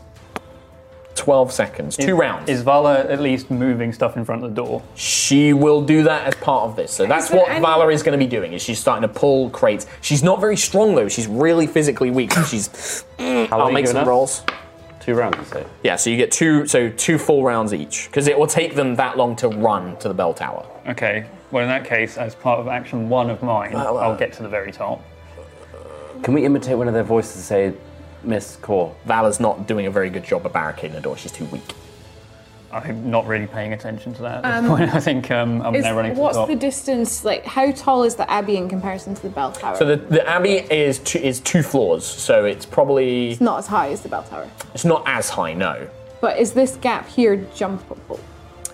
12 seconds, two rounds.
Is Vala at least moving stuff in front of the door?
She will do that as part of this. So that's
there
what
any-
Valor is going to be doing. Is she's starting to pull crates. She's not very strong though. She's really physically weak. She's.
long
I'll
you
make
giving
some
us?
rolls.
Two rounds, you say?
Yeah. So you get two. So two full rounds each because it will take them that long to run to the bell tower.
Okay, well, in that case, as part of action one of mine, I'll get to the very top.
Can we imitate one of their voices and say, Miss Core?
Valor's not doing a very good job of barricading the door. She's too weak.
I'm not really paying attention to that at
Um,
this point. I think um, I'm
Is-
now running to the
what's
top.
the distance? Like, how tall is the abbey in comparison to the bell tower?
So the, the abbey is two, is two floors. So it's probably
it's not as high as the bell tower.
it's not as high. No,
But is this gap here jumpable?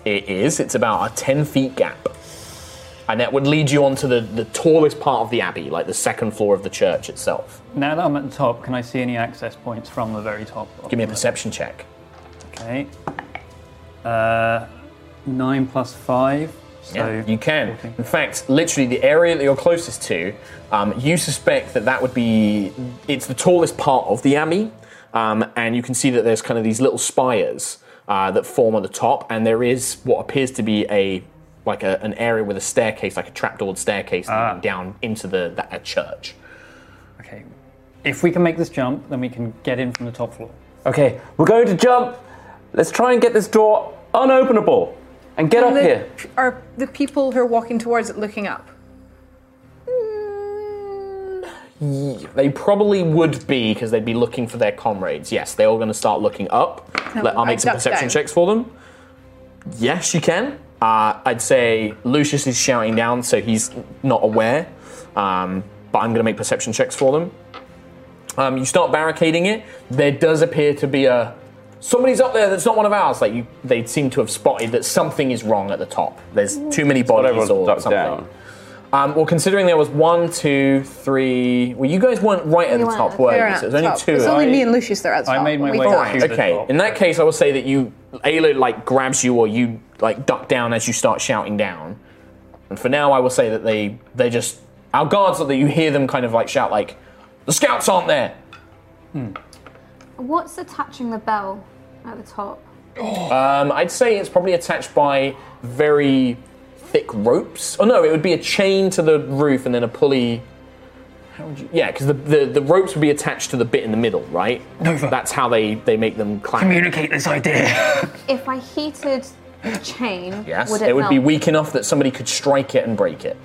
It is. It's about a 10 feet gap. And that would lead you onto the, the tallest part of the abbey, like the second floor of the church itself.
Now that I'm at the top, can I see any access points from the very top?
Give me a perception check.
Okay. Uh, nine plus five. So
yeah, you can. In fact, literally the area that you're closest to, um, you suspect that that would be, it's the tallest part of the abbey. Um, and you can see that there's kind of these little spires uh, that form at the top. And there is what appears to be a, like a, an area with a staircase, like a trapdoored staircase leading down into the, that a church.
Okay. If we can make this jump, then we can get in from the top floor.
Okay, we're going to jump. Let's try and get this door unopenable and get
And the-
up here.
Are the people who are walking towards it looking up?
Ye- They probably would be because they'd be looking for their comrades. Yes, they're all going to start looking up.
Oh,
Let- I'll make
I
some
ducked
perception
down.
checks for them. Yes, you can. Uh, I'd say Lucius is shouting down, so he's not aware. Um, but I'm going to make perception checks for them. Um, you start barricading it. There does appear to be a somebody's up there that's not one of ours. Like you, they seem to have spotted that something is wrong at the top. There's too many
It's what
bodies
everyone's
or
ducked
something.
down.
Um, well, considering there was one, two, three. Well, you guys weren't right at
We
the
weren't
top,
at
were
the
you?
top.
So there's only two.
It's only me and Lucius there at the top. We died.
Alright, okay. In that case, I will say that you, Ayla, like grabs you or you like duck down as you start shouting down. And for now, I will say that they they just our guards that you hear them kind of like shout like, the scouts aren't there.
What's attaching the bell at the top?
Um, I'd say it's probably attached by very thick ropes. Oh no, it would be a chain to the roof and then a pulley. How would you? Yeah, because the, the the ropes would be attached to the bit in the middle, right? Nova. That's how they they make them clang.
Communicate this idea.
If I heated the chain,
Yes,
would
it,
it,
would be
melt?
weak enough that somebody could strike it and break it.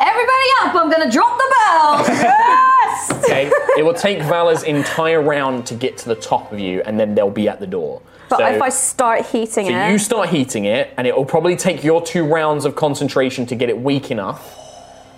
Everybody up! I'm gonna drop the bell. yes.
Okay, it will take Valor's entire round to get to the top of you, and then they'll be at the door.
But
So-
if I start heating
so
it,
you start heating it, and it will probably take your two rounds of concentration to get it weak enough.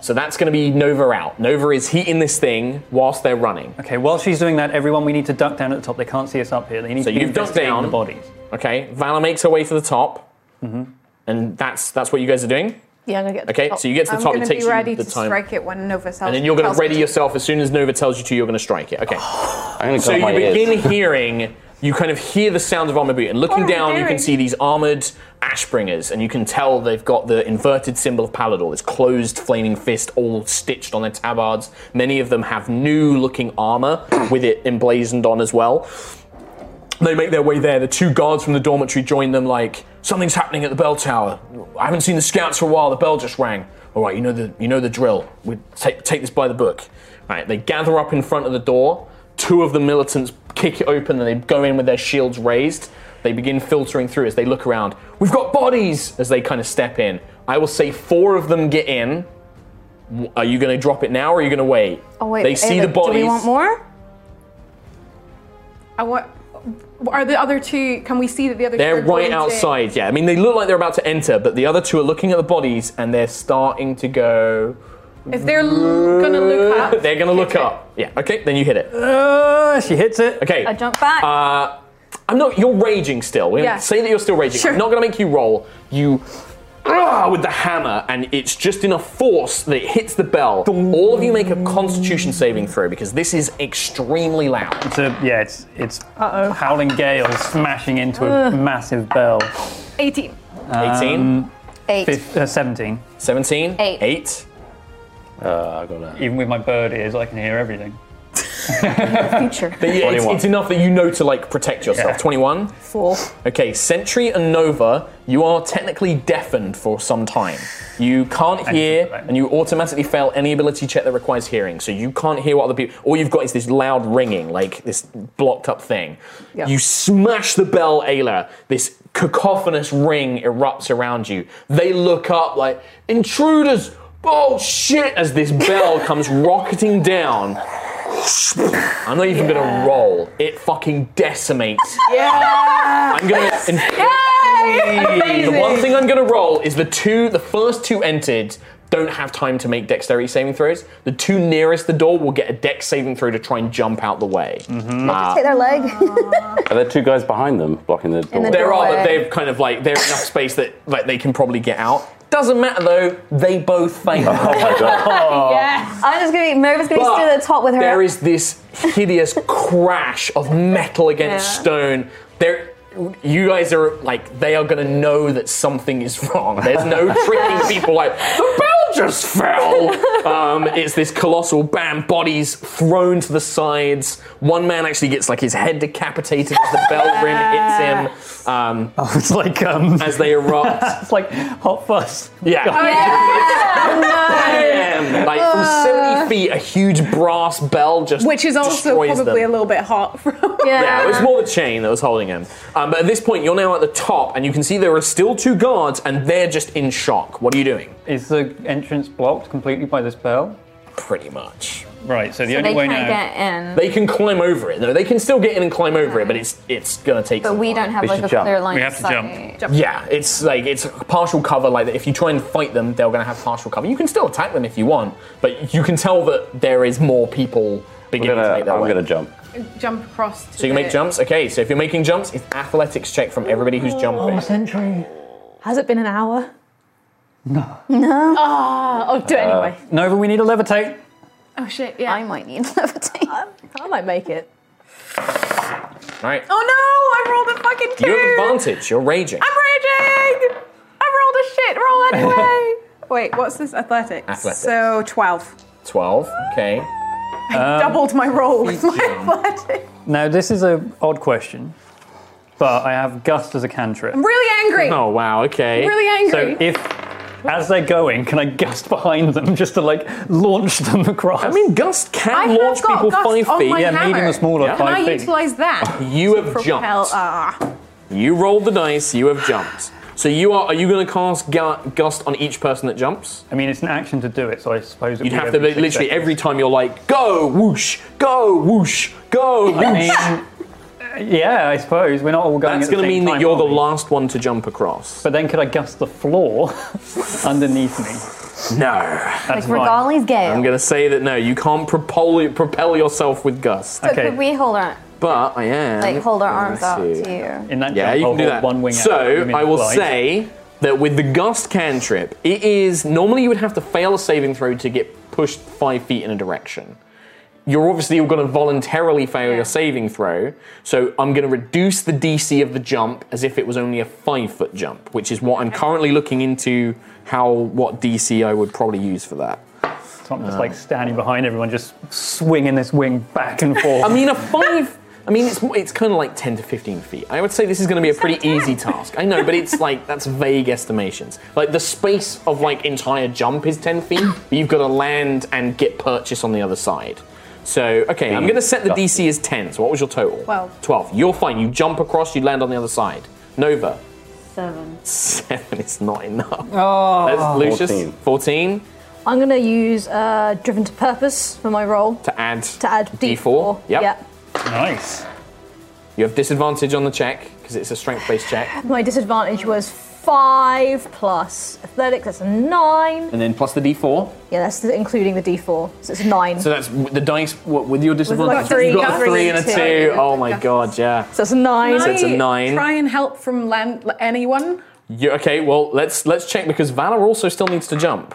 So that's going to be Nova out. Nova is heating this thing whilst they're running.
Okay, while she's doing that, everyone, we need to duck down at the top. They can't see us up here. They need
So
to be
you've ducked
investigating
down.
the bodies.
Okay, Valor makes her way to the top, and that's that's what you guys are doing.
Yeah, I'm gonna get
to the Okay, top. so you get to the
I'm
top, it
gonna
takes
be
you
ready
the
to
time.
strike it when Nova tells
And then you're going
tells
to ready
me
yourself as soon as Nova tells you to. You're going to strike it. Okay.
gonna
so
cut
you
my ears.
begin hearing. You kind of hear the sound of armor boot, and looking
What are we
down, you can
doing?
see these armored ashbringers, and you can tell they've got the inverted symbol of Palador, this closed flaming fist, all stitched on their tabards. Many of them have new-looking armor with it emblazoned on as well. They make their way there. The two guards from the dormitory join them, like, something's happening at the bell tower. I haven't seen the scouts for a while. The bell just rang. All right, you know the, you know the drill. We take, take this by the book. All right, they gather up in front of the door. two of the militants kick it open and they go in with their shields raised. They begin filtering through as they look around. We've got bodies! As they kind of step in. I will say four of them get in. W- Are you going to drop it now or are you going to wait?
Oh wait,
They see
Ava,
the bodies.
Do we want more? I want. Are the other two? Can we see that the other?
They're
two are going
right
to-
outside, yeah. I mean, they look like they're about to enter, but the other two are looking at the bodies and they're starting to go.
If they're l- gonna look up,
They're going to look up. Yeah, okay, then you hit it.
Uh, she hits it.
Okay.
I jump back.
Uh, I'm not, you're raging still. We're
Yeah.
gonna Say that you're still raging. I'm not going to make you roll. You. ah, with the hammer, and it's just enough force that it hits the bell. All of you make a constitution saving throw because this is extremely loud.
It's a, yeah, it's, it's howling gale smashing into a
Ugh.
massive bell.
18.
Um, 18?
Eight.
uh, 17.
17?
Eight.
8.
Uh, I got that. Even with my bird ears, I can hear everything.
Future.
But yeah, it's,
21.
it's enough that you know to like protect yourself.
Yeah.
21.
Four.
Okay, Sentry and Nova, you are technically deafened for some time. You can't hear, and you automatically fail any ability check that requires hearing. So you can't hear what other people. All you've got is this loud ringing, like this blocked up thing.
Yeah.
You smash the bell, Ayla. This cacophonous ring erupts around you. They look up like intruders. Oh shit! As this bell comes rocketing down. I'm not even gonna roll. It fucking decimates
Yeah!
I'm gonna. In- The one thing I'm gonna roll is the two, the first two entered don't have time to make dexterity saving throws. The two nearest the door will get a dex saving throw to try and jump out the way. Uh,
Take their leg.
Are there two guys behind them blocking the door?
the
there are,
doorway.
but they've kind of like they're enough space that like they can probably get out. Doesn't matter though. They both fail.
yeah. I'm just gonna be Nova's gonna be stood at the top with her.
There is this hideous crash of metal against
Yeah.
stone. There, you guys are like they are gonna know that something is wrong. There's no tricking people like the bell just fell. Um, it's this colossal bam, bodies thrown to the sides. One man actually gets like his head decapitated as the bell rim hits him. Um, oh, it's like um, as they erupt. it's like hot fuss. Yeah.
Oh,
Bam! Like from
Uh.
70 feet, a huge brass bell just
Which is also
destroys
probably
them.
a little bit hot from.
Yeah, it was more the chain that was holding him. Um, but at this point, you're now at the top, and you can see there are still two guards, and they're just in shock. What are you doing?
Is the entrance blocked completely by this bell?
Pretty much.
Right, so the only way now.
in.
They can climb over it, though. They can still get in and climb over it, but it's it's gonna take.
But
some
we
time.
don't have like a clear line of sight.
Yeah, it's like it's partial cover. Like that, if you try and fight them, they're going to have partial cover. You can still attack them if you want, but you can tell that there is more people beginning to make their
I'm
way.
gonna jump.
Jump across. To
So you can
the-
make jumps. Okay, so if you're making jumps, it's athletics check from everybody who's jumping.
Oh.
Sentry. Has it been an hour?
No. Oh, I'll do it
Uh,
anyway.
Nova, we need a levitate.
Oh shit! Yeah. I might need levitate. I,
I might make it.
Right.
Oh no! I rolled a fucking two.
You have advantage. You're raging.
I'm raging. I rolled a shit roll anyway. Wait, what's this? Athletics.
Athletics.
So twelve.
Twelve. Okay. Um,
Doubled my roll with my athletics.
Now, this is a odd question, but I have gust as a cantrip.
I'm really angry.
Oh
wow! Okay.
I'm really
So
angry.
if. As they're going, can I gust behind them just to like launch them across? I
mean, gust can
I have launch got people gust five on feet. my
Yeah, medium
hammer.
and smaller,
Can I
five feet.
utilise that?
You have jumped.
Propel. Ah.
You rolled the dice. You have jumped. So you are. Are you going to cast gu- gust on each person that jumps?
I mean, it's an action to do it, so I suppose it
You'd
would be
have to
every
li-
six
literally
seconds.
every time you're like, go whoosh, go whoosh, go whoosh.
I uh, Yeah, I suppose we're not all going.
That's
going to
mean that you're the last one to jump across.
But then, could I gust the floor underneath me?
No,
that's
like
fine.
Regali's gale.
I'm going to say that no, you can't propel, propel yourself with gust.
But could we hold our
But I am.
like hold our arms
Let's
out
see.
to you?
In that
yeah,
jump,
you
I'll
can do
hold
that.
one wing out, you
so
mean
I will
glide.
say that with the gust cantrip, it is normally you would have to fail a saving throw to get pushed five feet in a direction. You're obviously going to voluntarily fail your saving throw, so I'm going to reduce the DC of the jump as if it was only a five foot jump, which is what I'm currently looking into how what DC I would probably use for that.
So I'm just like standing behind everyone, just swinging this wing back and forth.
I mean, a five. I mean, it's it's kind of like ten to fifteen feet. I would say this is going to be a pretty easy task. I know, but it's like that's vague estimations. Like the space of like entire jump is ten feet, but you've got to land and get purchase on the other side. So, okay, I'm
Being
going to set the
dusty.
DC as 10. So, what was your total?
Twelve.
12. You're fine. You jump across, you land on the other side. Nova,
Seven.
7 is not enough.
Oh.
That's Lucius, 14.
Fourteen. I'm gonna use uh, driven to purpose for my roll
to add,
to add
D4.
D4.
Yep.
Yeah.
Nice. You have disadvantage on the check because it's a strength based check.
My disadvantage was five plus athletics. That's a nine.
And then plus the D4.
Yeah, that's the, including the D4, so it's a nine.
So that's the dice what, with your disadvantage.
like three,
you got a
three
three and
and
a
two.
two. Oh my god, yeah.
So it's a nine.
So it's a nine.
Try and help from land, anyone.
You, okay, well let's let's check because Valor also still needs to jump.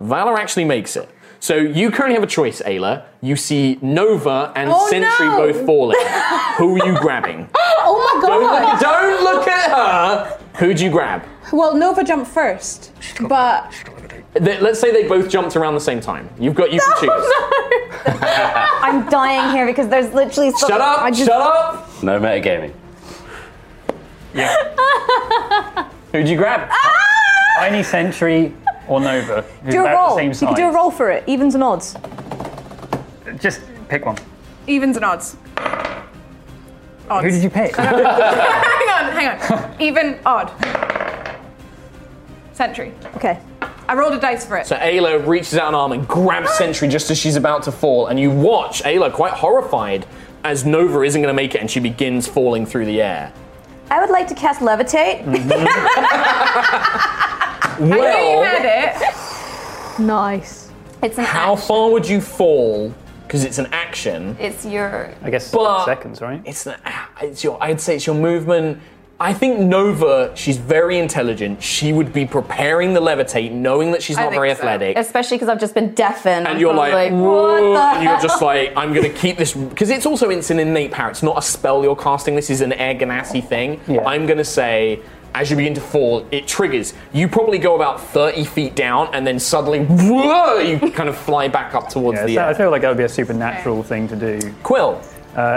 Valor actually makes it. So you currently have a choice, Ayla. You see Nova and
Oh,
Sentry
no!
both falling. Who are you grabbing?
oh my
Don't look, don't look at her. Who'd you grab?
Well, Nova jumped first, but
Th- let's say they both jumped around the same time. You've got you can choose.
I'm dying here because there's literally. so-
Shut up!
I just-
Shut up!
No metagaming.
Who'd you grab?
Tiny Sentry or Nova. who's
Do a
about
roll.
The
You
same
can do a
size.
roll for it. Evens and odds.
Just pick one.
evens and odds.
Who did you pick?
hang on, hang on. Even odd. Sentry.
Okay.
I rolled a dice for it.
So Ayla reaches out an arm and grabs Sentry just as she's about to fall, and you watch Ayla quite horrified as Nova isn't going to make it, and she begins falling through the air.
I would like to cast levitate.
Well,
it.
Mm.
Nice.
It's an.
how far would you fall? Because it's an action.
It's your.
I guess seconds, right? It's an, it's your. I'd say it's your movement. I think Nova. She's very intelligent. She would be preparing the levitate, knowing that she's
I
not
think
very
so.
athletic.
Especially because I've just been deafened.
and you're
I'm
like,
what
"Whoa,"
the
and you're just
hell?"
like, I'm gonna keep this because it's also it's an innate power. It's not a spell you're casting. This is an air ganassi thing. I'm gonna say. As you begin to fall, it triggers. You probably go about 30 feet down, and then suddenly, whoa, you kind of fly back up towards
Yeah,
the
so I
air.
feel like that would be a supernatural thing to do. Uh,
Quill,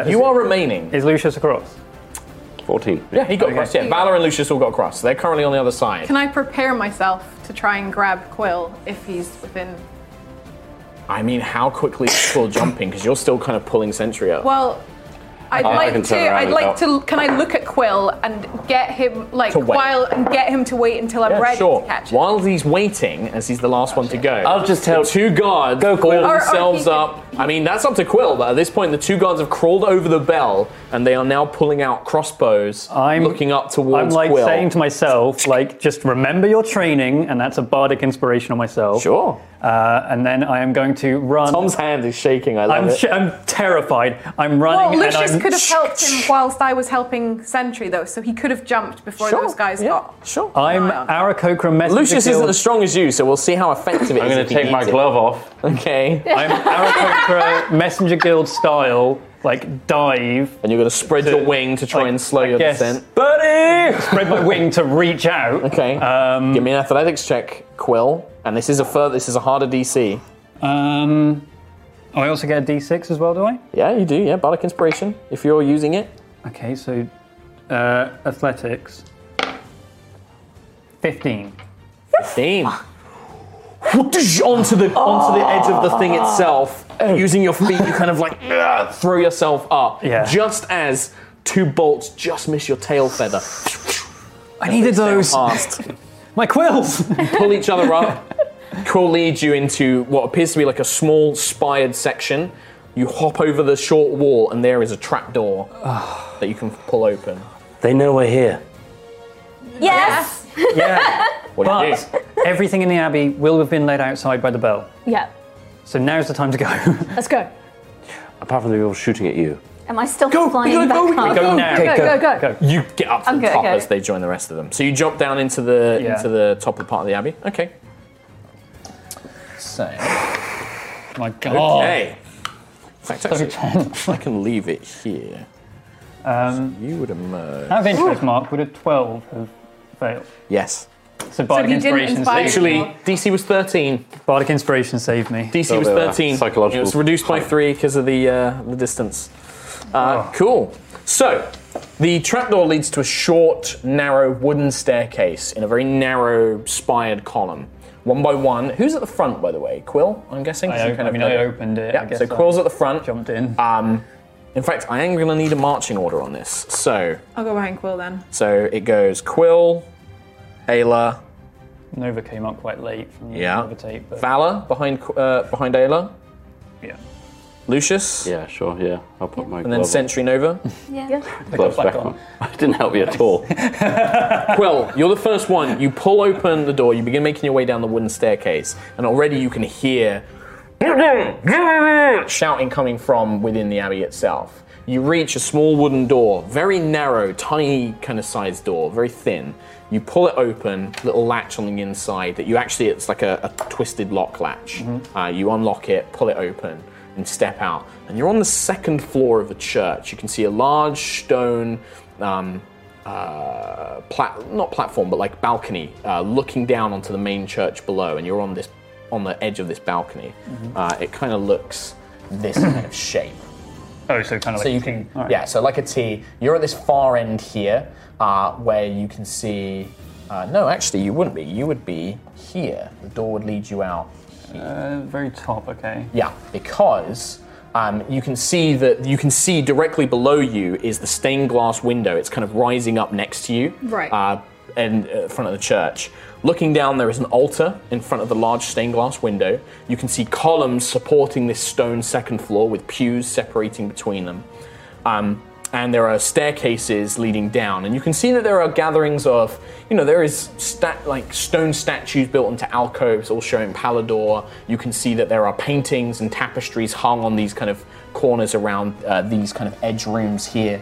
you are remaining.
Is Lucius across?
14.
Yeah, he got across. Yeah, Valor and Lucius all got across. They're currently on the other side.
Can I prepare myself to try and grab Quill if he's within?
I mean, how quickly is Quill jumping? Because you're still kind of pulling Sentry up.
Well, I'd
I- I can
like
turn
to.
around
I'd
and
like
go.
to. Can I look at Quill and get him like
To wait.
while and get him to wait until I'm
Yeah,
ready
sure.
to catch him?
While he's waiting, as he's the last one to go,
I'll just
tell two guards go pull
Or- or
themselves
he can-
up. I mean, that's up to Quill, but at this point, the two guards have crawled over the bell and they are now pulling out crossbows, I'm, looking up
I'm
towards
like
Quill.
saying to myself, like, just remember your training, and that's a bardic inspiration on myself.
Sure.
Uh, and then I am going to run. Tom's
hand is shaking. I
love I'm
it.
I'm terrified. I'm running.
Well,
and
Lucius
I'm,
could have helped him whilst I was helping Sentry, though, so he could have jumped before
Sure,
those guys got.
Sure.
I'm Arakokra messenger.
Lucius isn't
guild-
as strong as you, so we'll see how effective it
I'm
is
gonna
if he
take my
eats it.
glove
off. Okay.
I'm Arakokra messenger guild style, like dive.
And you're going to spread your wing to try and slow your descent.
buddy. Spread my wing to reach out.
Okay. Um, Give me an athletics check, Quill. And this is a further, this is a harder DC.
Um, I also get a D6 as well, do I?
Yeah, you do. Yeah, bardic inspiration if you're using it.
Okay, so uh, athletics. Fifteen.
Fifteen. Whoosh, onto the onto the edge of the thing itself, using your feet, you kind of like ah, throw yourself up.
Yeah.
Just as two bolts just miss your tail feather.
I needed those. My quills.
Pull each other up. Quill leads you into what appears to be like a small spired section. You hop over the short wall, and there is a trapdoor that you can pull open.
They know we're here.
Yes.
Yeah.
What
but everything in the abbey will have been laid outside by the bell.
Yeah.
So now's the time to go.
Let's go.
Apart from the people shooting at you.
Am I still flying back up? go, go. go.
You get up to
I'm
the
good,
top
okay.
as they join the rest of them. So you jump down into the
Yeah.
into the top of part of the abbey. Okay. So.
My God.
Okay. In fact, actually, I can leave it here.
Um,
you would emerge.
Out of interest, Mark, would a 12 have failed?
Yes.
So Bardic
you didn't
Inspiration
inspire
saved
Actually,
me.
DC was 13.
Bardic Inspiration saved me.
DC was 13. It was reduced by three because of the uh, the distance.
Ah.
Uh, Cool. So the trapdoor leads to a short, narrow wooden staircase in a very narrow spired column. one by one. Who's at the front, by the way? Quill, I'm guessing.
I
You
op- I mean, I
know.
opened it, I
Yeah.
guess
so
I
Quill's at the front. Jumped in. Um, in fact, I am going to need a marching order on this. So,
I'll go behind Quill then.
so it goes Quill, Ayla.
Nova came up quite late from the
Yeah.
Nova tape. But
Valor behind Qu- uh, behind Ayla.
Yeah.
Lucius.
Yeah, sure. Yeah, I'll put my.
And then Sentry Nova.
Yeah.
gloves back on. I didn't help you at all.
Quill, you're the first one. You pull open the door, you begin making your way down the wooden staircase, and already you can hear shouting coming from within the abbey itself. You reach a small wooden door, very narrow, tiny kind of sized door, very thin. You pull it open, little latch on the inside that you actually, it's like a, a twisted lock latch. Uh, you unlock it, pull it open, and step out. And you're on the second floor of a church. You can see a large stone um, uh, plat- not platform, but like balcony, uh, looking down onto the main church below, and you're on this on the edge of this balcony.
Mhm.
Uh, it kind of looks this kind of shape.
Oh, so kind of
so
like
you
a
can,
All right.
yeah. So like a T. You're at this far end here, uh, where you can see. Uh, no, actually, you wouldn't be. You would be here. The door would lead you out.
Uh, very top, okay.
Yeah, because um, you can see that you can see directly below you is the stained glass window. It's kind of rising up next to you,
Right.
Uh, and uh, in front of the church. Looking down, there is an altar in front of the large stained glass window. You can see columns supporting this stone second floor with pews separating between them. Um, and there are staircases leading down, and you can see that there are gatherings of, you know, there is stat- like stone statues built into alcoves, all showing Palador. You can see that there are paintings and tapestries hung on these kind of corners around uh, these kind of edge rooms here.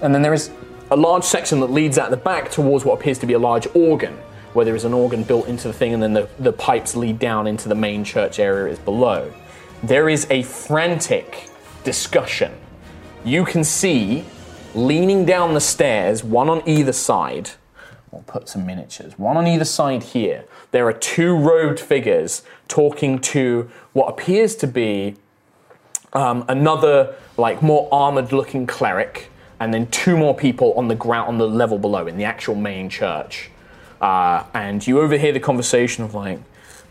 And then there is a large section that leads out the back towards what appears to be a large organ, where there is an organ built into the thing, and then the, the pipes lead down into the main church area is below. There is a frantic discussion. You can see leaning down the stairs, one on either side. We'll put some miniatures, one on either side here. There are two robed figures talking to what appears to be um, another like more armored looking cleric and then two more people on the ground on the level below in the actual main church uh, and you overhear the conversation of like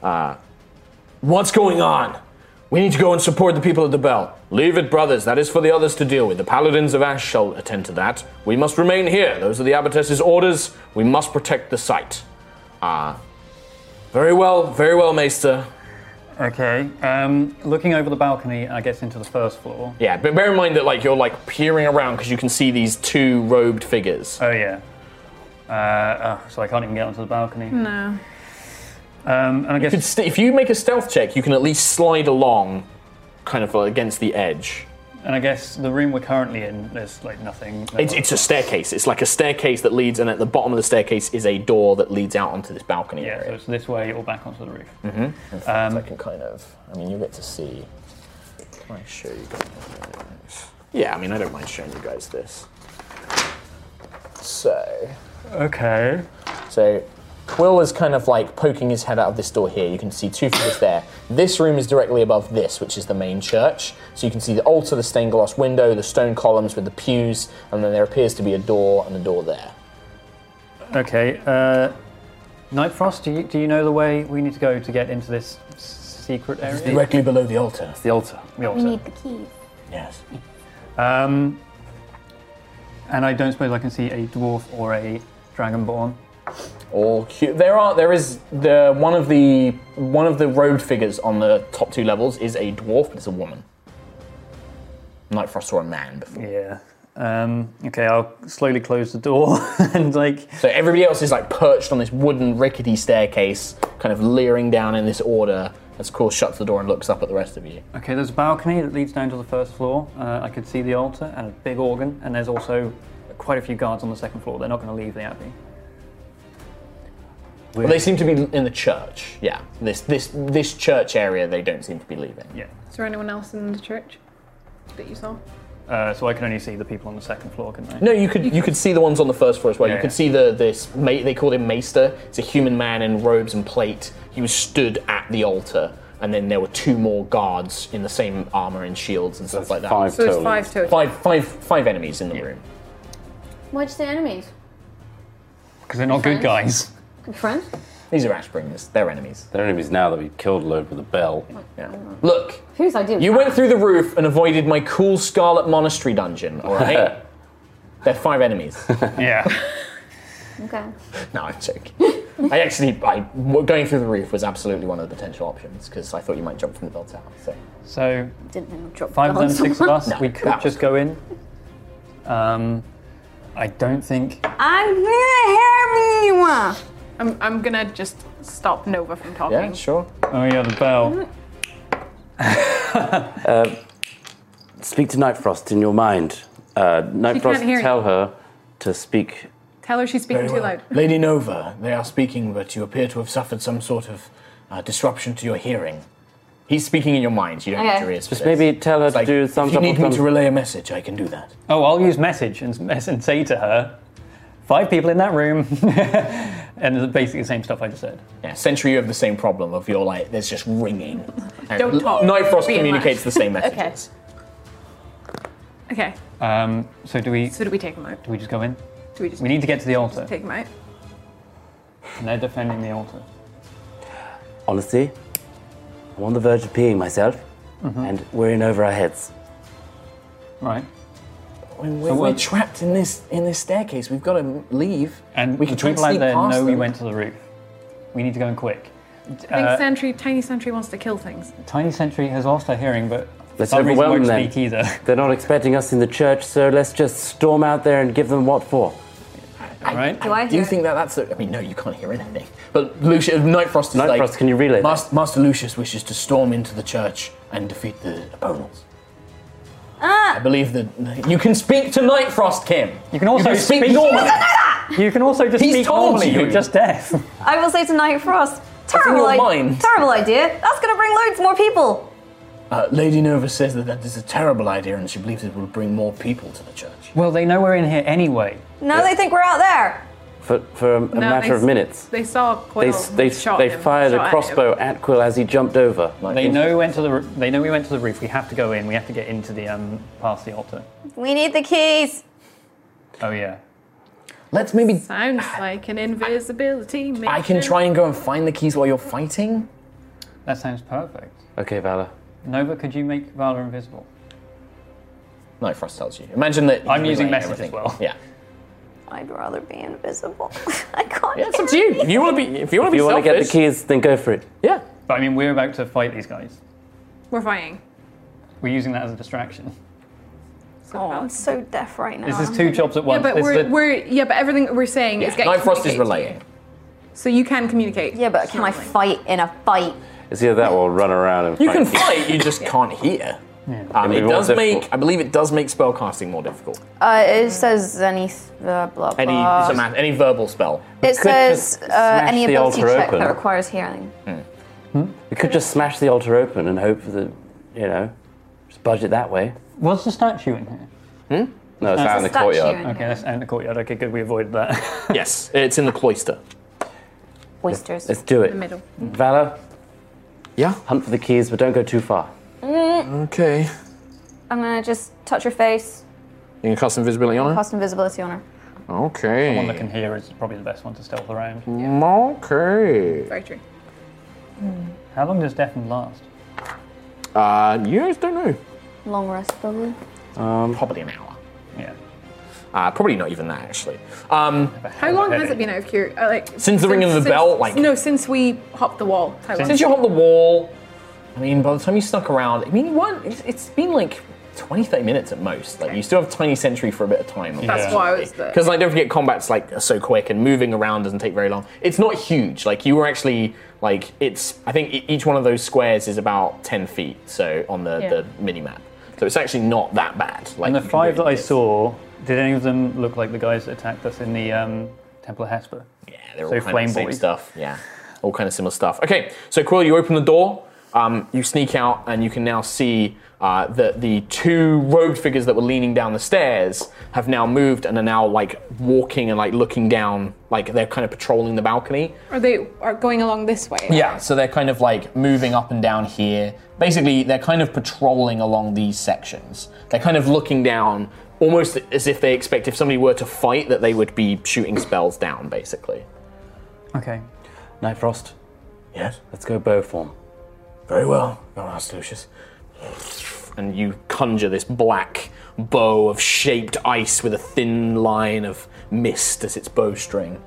uh, what's going on we need to go and support the people at the bell leave it brothers that is for the others to deal with the paladins of ash shall attend to that we must remain here those are the abbotess's orders we must protect the site uh, very well very well maester
Okay. Um, looking over the balcony, I guess into the first floor.
Yeah, but bear in mind that like you're like peering around because you can see these two robed figures.
Oh yeah. Uh, oh, so I can't even get onto the balcony.
No.
Um, and I guess
You could st- if you make a stealth check, you can at least slide along, kind of like, against the edge.
and I guess the room we're currently in, there's like nothing. no-
It's, it's a staircase. It's like a staircase that leads, and at the bottom of the staircase is a door that leads out onto this balcony
yeah, so
area.
it's this way or back onto the roof.
Mm-hmm. In fact, I can kind of. I mean, you get to see. Can I show you guys? Yeah, I mean, I don't mind showing you guys this. So.
Okay.
So, Quill is kind of like poking his head out of this door here. You can see two figures there. This room is directly above this, which is the main church. So you can see the altar, the stained glass window, the stone columns with the pews, and then there appears to be a door and a door there.
Okay. Uh, Nightfrost, do you, do you know the way we need to go to get into this s- secret area?
directly below the altar. It's
the altar.
The
We
altar.
need the keys.
Yes.
Um, and I don't suppose I can see a dwarf or a dragonborn.
All cute. There are. There is the one of the one of the robed figures on the top two levels is a dwarf, but it's a woman. Nightfrost saw a man before.
Yeah. Um, okay, I'll slowly close the door and like.
So everybody else is like perched on this wooden rickety staircase, kind of leering down in this order. As Quill shuts the door and looks up at the rest of you.
Okay, there's a balcony that leads down to the first floor. Uh, I could see the altar and a big organ, and there's also quite a few guards on the second floor. They're not going to leave the abbey.
Well, they seem to be in the church. Yeah, this this this church area they don't seem to be leaving.
Yeah.
Is there anyone else in the church that you saw?
Uh, so I can only see the people on the second floor, can I?
No, you could you could see the ones on the first floor as well.
Yeah,
you could
yeah.
see the this ma they called him Maester. It's a human man in robes and plate. He was stood at the altar, and then there were two more guards in the same armor and shields and stuff like that.
five So it's total.
five total.
Five five five enemies in the room.
Why'd you say enemies?
Because they're not good guys.
Could be friends.
These are Ashbringers. They're enemies.
They're enemies now that we killed a load with a bell.
Yeah. Look,
Whose idea? was
you
that?
went through the roof and avoided my cool Scarlet Monastery dungeon, all right? They're five enemies.
yeah.
Okay.
No, I'm joking. I actually, I, going through the roof was absolutely one of the potential options because I thought you might jump from the bell tower. So
So
Didn't know. Drop
five of them,
down
six of
someone.
us. we could just go in. Um, I don't think.
I'm gonna hear me. I'm, I'm gonna just stop Nova from talking.
sure.
Oh yeah, the bell.
Uh, speak to Nightfrost in your mind. Uh,
can't hear
Nightfrost,
you.
tell her to speak.
Tell her she's speaking
Very
too
well.
loud.
Lady Nova, they are speaking, but you appear to have suffered some sort of uh, disruption to your hearing. He's speaking in your mind. You don't need
Okay.
your ears.
Just maybe
tell her
to do If
thumbs
you
up or
need me
thumbs-
to relay a message, I can do that.
Oh, I'll use message and, mess- and say to her, five people in that room, and it's basically the same stuff I just said.
Yeah, Sentry, you have the same problem of your like. There's just ringing. And
Don't talk.
Nightfrost
Be in
communicates
line.
the same message.
okay. Okay.
Um, so do we?
So do we take them out?
Do we just go in?
Do we just?
We need to get to the altar,
Take them out.
and they're defending the altar.
Honestly, I'm on the verge of peeing myself,
Mm-hmm.
and we're in over our heads.
Right.
We're,
So
we're
what-
trapped in this in this staircase. We've got to leave.
And
we
the
can try and
people out
sneak
there
past
know we
them.
went to the roof. We need to go in quick.
I think
Uh,
Sentry, Tiny Sentry wants to kill things.
Tiny Sentry has lost her hearing, but for
Let's
some reason
overwhelm
won't
them.
speak either.
They're not expecting us in the church, so let's just storm out there and give them what for.
Right?
Do I you think that that's? A, I mean, no, you can't hear anything. But Lucius, Nightfrost is like.
Nightfrost, can you relay that?
Master, Master Lucius wishes to storm into the church and defeat the opponents. I believe that you can speak to Nightfrost, Kim. You
can also
speak,
speak-
normally.
You can also just
He's
speak
told
normally.
you.
are just deaf.
I will say to Night Frost,
in
terrible,
your
i-
mind.
terrible idea. That's going to bring loads more people.
Uh, Lady Nova says that that is a terrible idea, and she believes it will bring more people to the church.
Well, they know we're in here anyway.
Now they think we're out there.
For, for a, a
No,
matter
they
of
s-
minutes.
They saw
They,
Quill.
s- they, s-
shot
they
him,
fired
shot
a
at
crossbow
him.
at Quill as he jumped over.
They know we went to the. r- They know we went to the roof. We have to go in. We have to get into the um past the altar.
We need the keys.
Oh yeah.
Let's maybe.
Sounds like an invisibility mission.
I can try and go and find the keys while you're fighting.
That sounds perfect.
Okay, Valor.
Nova, could you make Valor invisible?
Nightfrost tells you. Imagine that.
I'm using
relay
message as
everything.
well.
Yeah.
I'd rather be invisible. I can't.
Yeah, it's up to you. If you want to be, if you want
If
to be
you want to get the
selfish,
keys, then go for it.
Yeah.
But I mean, we're about to fight these guys.
We're fighting.
We're using that as a distraction.
Oh, I'm so deaf right now.
This is two jobs at once.
Yeah, but
This is
we're,
the-
we're yeah, but everything that we're saying is getting communicated. So you can communicate.
Yeah, but can I fight in a fight?
It's either that or run around and
You
fight.
can fight. You just can't hear. Um,
It'd
it
be more
does
difficult.
make. I believe it does make spellcasting more difficult.
Uh, it says any uh, blah blah.
Any it's a ma- any verbal spell.
It says uh,
smash
any
the
ability
altar
check
open.
that requires healing.
We could just smash the altar open and hope for the, you know, just budge it that way.
What's the statue in here?
Hmm? No, it's
Uh,
out in the courtyard.
Okay, that's out in the courtyard. Okay, good. We avoided that.
yes, it's in the cloister.
Oysters.
Let's do it.
middle.
Valor. Yeah. Hunt for the keys, but don't go too far.
Mm,
Okay.
I'm gonna just touch her face,
You can cast invisibility on
cast invisibility on her.
her. Okay.
Someone that can hear is probably the best one to stealth around.
Okay.
Very true.
How long does deafen last?
Uh, you guys don't know.
Long rest probably.
Um, probably an hour.
Yeah.
Uh, probably not even that actually. Um,
How long has it been out of here? Uh, like
Since the ringing of the bell, like-
no, since we hopped the wall. How long?
Since you hop the wall, I mean, by the time you snuck around, I mean, you weren't, it's, it's been like 20, 30 minutes at most. Like, you still have Tiny Sentry for a bit of time.
That's Yeah. why I was there.
Because, like, don't forget, combat's like so quick and moving around doesn't take very long. It's not huge. Like, you were actually, like, it's, I think e- each one of those squares is about 10 feet, so on the,
Yeah.
the mini map. So it's actually not that bad. Like,
and the five that I saw, did any of them look like the guys that attacked us in the um, Temple of Hesper? Yeah,
they're all kind of the same stuff. Yeah, all kind of similar stuff. Okay, so Quill, you open the door, um, you sneak out, and you can now see uh, that the two robed figures that were leaning down the stairs have now moved and are now like walking and like looking down, like they're kind of patrolling the balcony.
Are they are going along this way?
Yeah, so they're kind of like moving up and down here. Basically, they're kind of patrolling along these sections. They're kind of looking down, almost as if they expect if somebody were to fight that they would be shooting spells down, basically.
Okay.
Nightfrost?
Yes?
Let's go bow form.
Very well. Don't ask Lucius. And you conjure this black bow of shaped ice with a thin line of mist as its bowstring.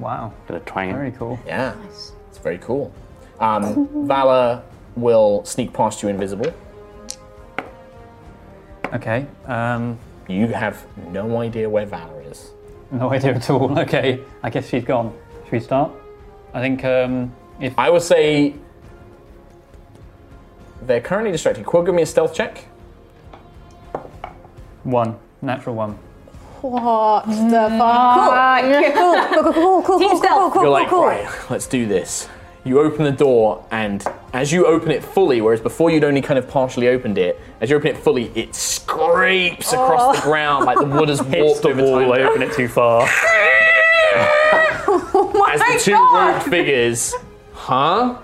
Wow.
Gonna twang it.
Very cool.
Yeah. It's very cool. Um, Valor will sneak past you invisible.
Okay. Um,
you have no idea where Valor is.
No idea at all. Okay. I guess she's gone. Should we start? I think um, if
I would say they're currently distracted. Quill, give me a stealth check.
one natural one.
What the fuck?
Cool, cool, cool, cool, cool, cool, cool, cool,
You're
cool,
like,
cool.
right, let's do this. You open the door, and as you open it fully, whereas before you'd only kind of partially opened it, as you open it fully, it scrapes across the
Oh.
ground like the wood has warped
Hits the
over
wall,
time.
I open
it too far.
as the two rogue figures, huh?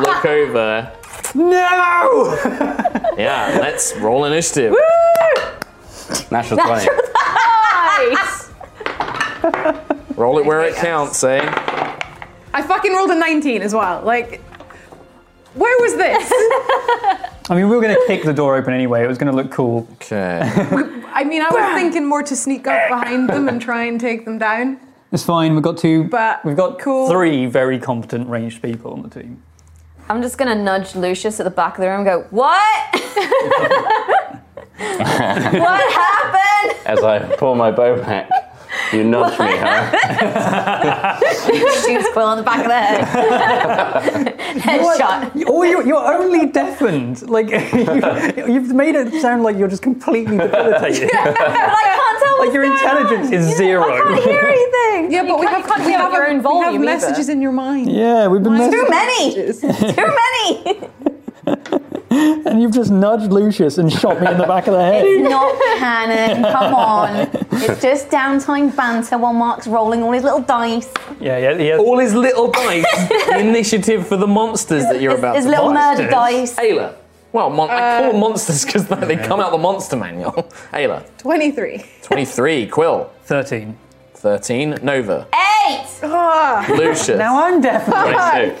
Look over.
No!
Yeah, let's roll initiative.
Natural
Nice.
Roll it where it counts, eh?
I fucking rolled a 19 as well. Like, where was this?
I mean, we were going to kick the door open anyway. It was going to look cool.
Okay.
I mean, I was thinking more to sneak up behind them and try and take them down.
it's fine. We've got two.
But
we've got
cool.
three very competent ranged people on the team.
I'm just gonna nudge Lucius at the back of the room and go, What? what happened?
As I pull my bow back, you nudge me, huh?
Shoots Quill on the back of the head. Headshot.
Or you're, Oh, you're only deafened. Like you, you've made it sound like you're just completely debilitated.
can't tell
like your intelligence is zero.
anything.
Yeah, but we have,
can't- you can't
we
hear
have
your
a-
own
we have
volume either.
messages in your mind.
Yeah, we've been
Too
many. Too many.
and you've just nudged Lucius and shot me in the back of the head.
It's not canon. Come on. It's just downtime banter while Mark's rolling all his little dice.
Yeah, yeah, yeah.
All his little dice. the initiative for the monsters that you're about
his
to
little
fight.
nerd dice. Uh,
Ayla. Well, mon- I call monsters because they come out the monster manual. Ayla.
23.
23. Quill.
13.
13. Nova.
Eight!
Lucius.
Now I'm deaf.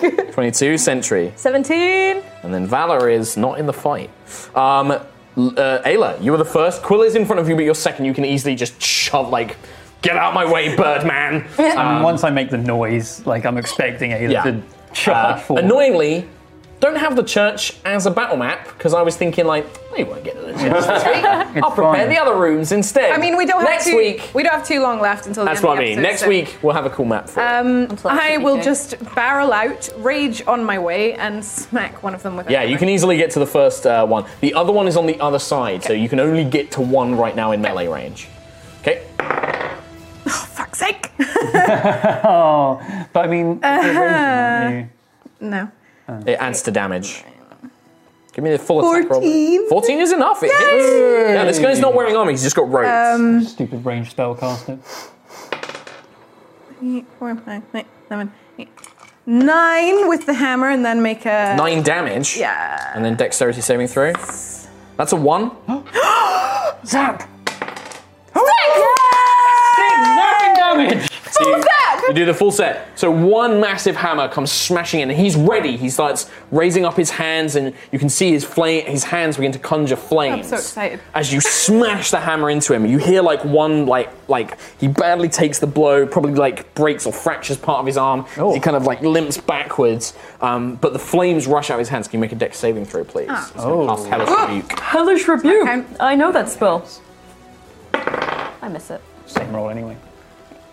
22. 22. Sentry.
17.
And then Valor is not in the fight. Um, l- uh, Ayla, you were the first. Quill is in front of you, but you're second. You can easily just shove, like, get out my way, Birdman.
And once I make the noise, like I'm expecting Ayla
Yeah.
to charge
Uh,
forward.
annoyingly, don't have the church as a battle map because I was thinking, like, they won't get to the church this week. I'll prepare
fine.
the other rooms instead.
I mean, we don't have
Next
too,
week.
We don't have too long left until
That's
the
what
end
I mean.
of the
Next
episode,
week, we'll have a cool map for it.
so- Um, I
CPJ.
will just barrel out, rage on my way, and smack one of them with a
Yeah, you can e- easily get to the first uh, one. The other one is on the other side, so you can only get to one right now in melee range. Okay.
fuck's sake.
oh, but I mean, you're raging, aren't you?
Uh-huh. No.
It adds to damage. Give me the full attack roll.
14.
14 is enough. It hits. Yeah, this guy's not wearing armor. He's just got ropes.
Um,
Stupid ranged spellcaster.
eight, four, five, nine, seven, eight. Nine with the hammer, and then make a
Nine damage.
Yeah.
And then dexterity saving throw. That's a one.
Zap!
damage. you, you do the full set. So one massive hammer comes smashing in, and he's ready. He starts raising up his hands, and you can see his flame. His hands begin to conjure
I'm
flames.
so excited.
As you smash the hammer into him, you hear like one like like he badly takes the blow, probably like breaks or fractures part of his arm. He kind of like limps backwards, um, but the flames rush out of his hands. Can you make a dex saving throw, please?
Ah.
He's gonna
Oh.
cast Hellish Rebuke.
Hellish Rebuke. I know that spell.
I miss it.
Same roll anyway.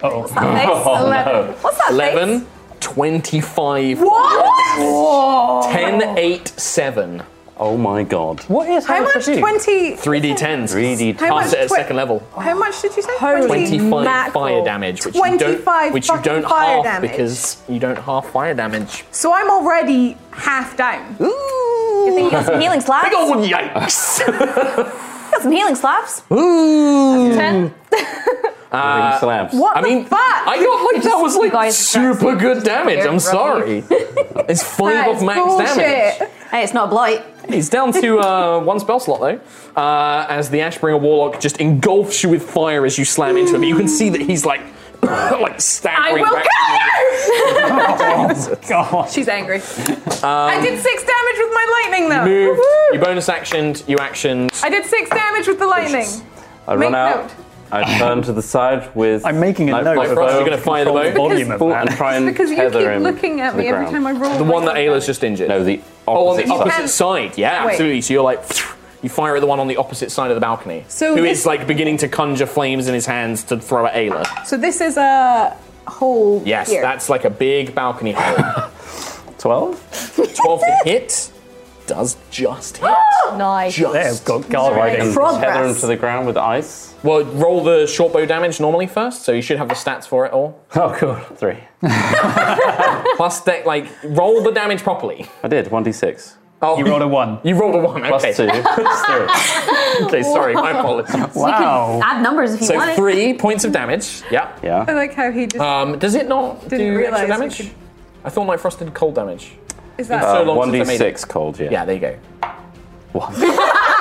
Uh-oh.
that face?
Oh,
Eleven.
no.
What's that face?
11, 25.
What?
10, 8, 7.
Oh my god.
What is
How much? Twenty.
3d10s. 3d10s.
How much
at a
twi-
second level.
How much did you say?
25 fire
mackerel.
damage, which you
25
don't, which you
fucking
don't
fire
half
damage.
because you don't half fire damage.
So I'm already half down.
Ooh. You think you got some healing slaps?
Big old Oh, yikes!
got some healing slaps?
Ooh.
Ten.
Uh,
slabs.
What
I mean,
the fuck?
I got like that was
You
like
guys
super good damage. I'm
You're
sorry. It's five off max damage.
Hey, it's not a blight.
He's down to uh, one spell slot though, uh, as the Ashbringer Warlock just engulfs you with fire as you slam into him. You can see that he's like like staggering
will
back.
kill you! She's angry. I
Um,
did six damage with my lightning, though.
You moved, you bonus actioned, you actioned.
I did six damage with the lightning.
I
Make
run out.
note.
I turn to the side with. I'm
making
a
note of You're gonna fire the bow?
volume of that. and try and
Because you
tether
keep
him
looking at
to the
me every
ground.
time I roll.
The one that Ayla's just injured. No,
the
Oh, on the
opposite
opposite
side.
side. Yeah,
Wait.
absolutely. So you're like, you fire at the one on the opposite side of the balcony.
So
who
this-
is like beginning to conjure flames in his hands to throw at Ayla.
So this is a hole.
Yes,
here.
that's like a big balcony hole. 12? 12 to hit does just hit.
nice.
Just.
So I can tether him to the ground with ice.
Well, roll the short bow damage normally first, so you should have the stats for it all.
Oh, cool. Three.
Plus, de- like, roll the damage properly.
I did, 1d6.
Oh. You
rolled a 1.
You rolled a 1,
Plus
okay.
two. Plus
three. okay, sorry, my apologies.
Wow. You can add numbers if you
so
want it.
three points of damage. Yeah.
I like how he just
Um, does it not
didn't
do
realize
extra
we
damage?
could-
I thought my frost did cold damage.
Is
It's
that
Uh,
so long since I made
1d6
it.
cold, yeah.
Yeah, there you go.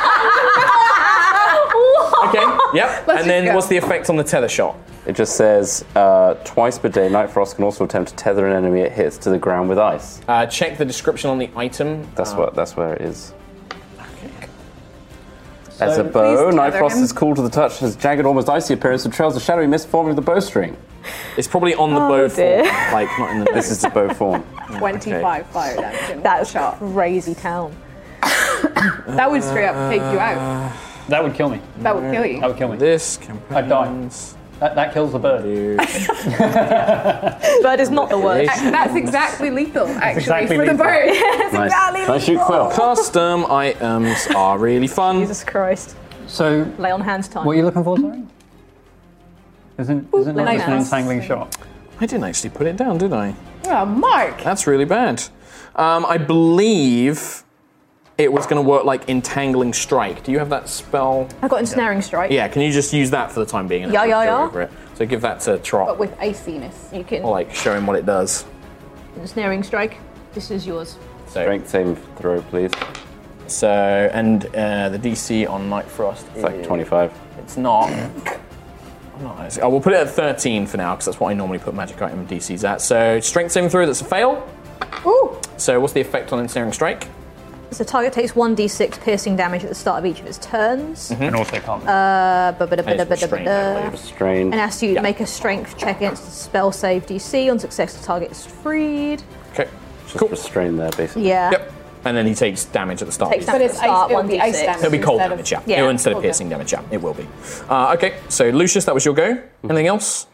Whoa.
Okay, yep.
Let's just
and then
go.
what's the effect on the tether shot?
It just says uh, twice per day, Night Frost can also attempt to tether an enemy it hits to the ground with ice.
Uh, check the description on the item.
That's
Uh,
what. That's where it is. As a
So-
bow,
Please
Night
tether
Frost
him.
is cool to the touch, has jagged, almost icy appearance, and trails a shadowy mist forming the bowstring.
It's probably on the
Oh,
bow
dear.
form, like not in the.
This is the bow form.
25 fire damage. in
That's crazy town.
one. That would straight up take you out.
That would kill me.
That would kill you.
That would kill me.
This
I'd die. That, that kills the bird.
Bird is not the word.
Ac- That's exactly lethal, actually,
exactly
for the
lethal.
bird. Yes,
Nice.
exactly
Nice
lethal.
Custom items are really fun.
Jesus Christ.
So,
Lay on hands time.
what are you looking for, sorry? Isn't, isn't
like
that just an
that.
entangling shot?
I didn't actually put it down, did I?
Oh, Mark.
That's really bad. Um, I believe it was going to work like entangling strike. Do you have that spell?
I got ensnaring strike.
Yeah. Can you just use that for the time being? and
Yeah,
then
yeah,
go
yeah.
over it? So give that to
But
Trot.
with iciness. You can
Or like show him what it does. Oh.
ensnaring strike. This is yours.
Strength saving throw, please.
So and uh, the DC on Night Frost. It's
like 25.
It's not. Nice. I will put it at 13 for now because that's what I normally put magic item DCs at. So strength saving throw. That's a fail.
Ooh.
So what's the effect on ensnaring strike?
So target takes 1d6 piercing damage at the start of each of its turns.
And also can't.
Uh,
Mm-hmm. And it's restrained, I
ba-ba-da-ba-da-ba-da-ba.
believe.
Strain.
and asks you to make a strength check against the spell save DC. On success, the target is freed.
Okay.
Just restrain there, basically.
Yeah.
Yep. And then he takes damage at the start.
Takes
of
damage at
his
the
turn.
start,
it'll be ice
1d6.
damage.
It'll be cold
Instead of-
damage, yeah.
yeah,
It'll- instead of
cold damage.
piercing damage, yeah. It will be. Uh, okay, so Lucius, that was your go. Anything else?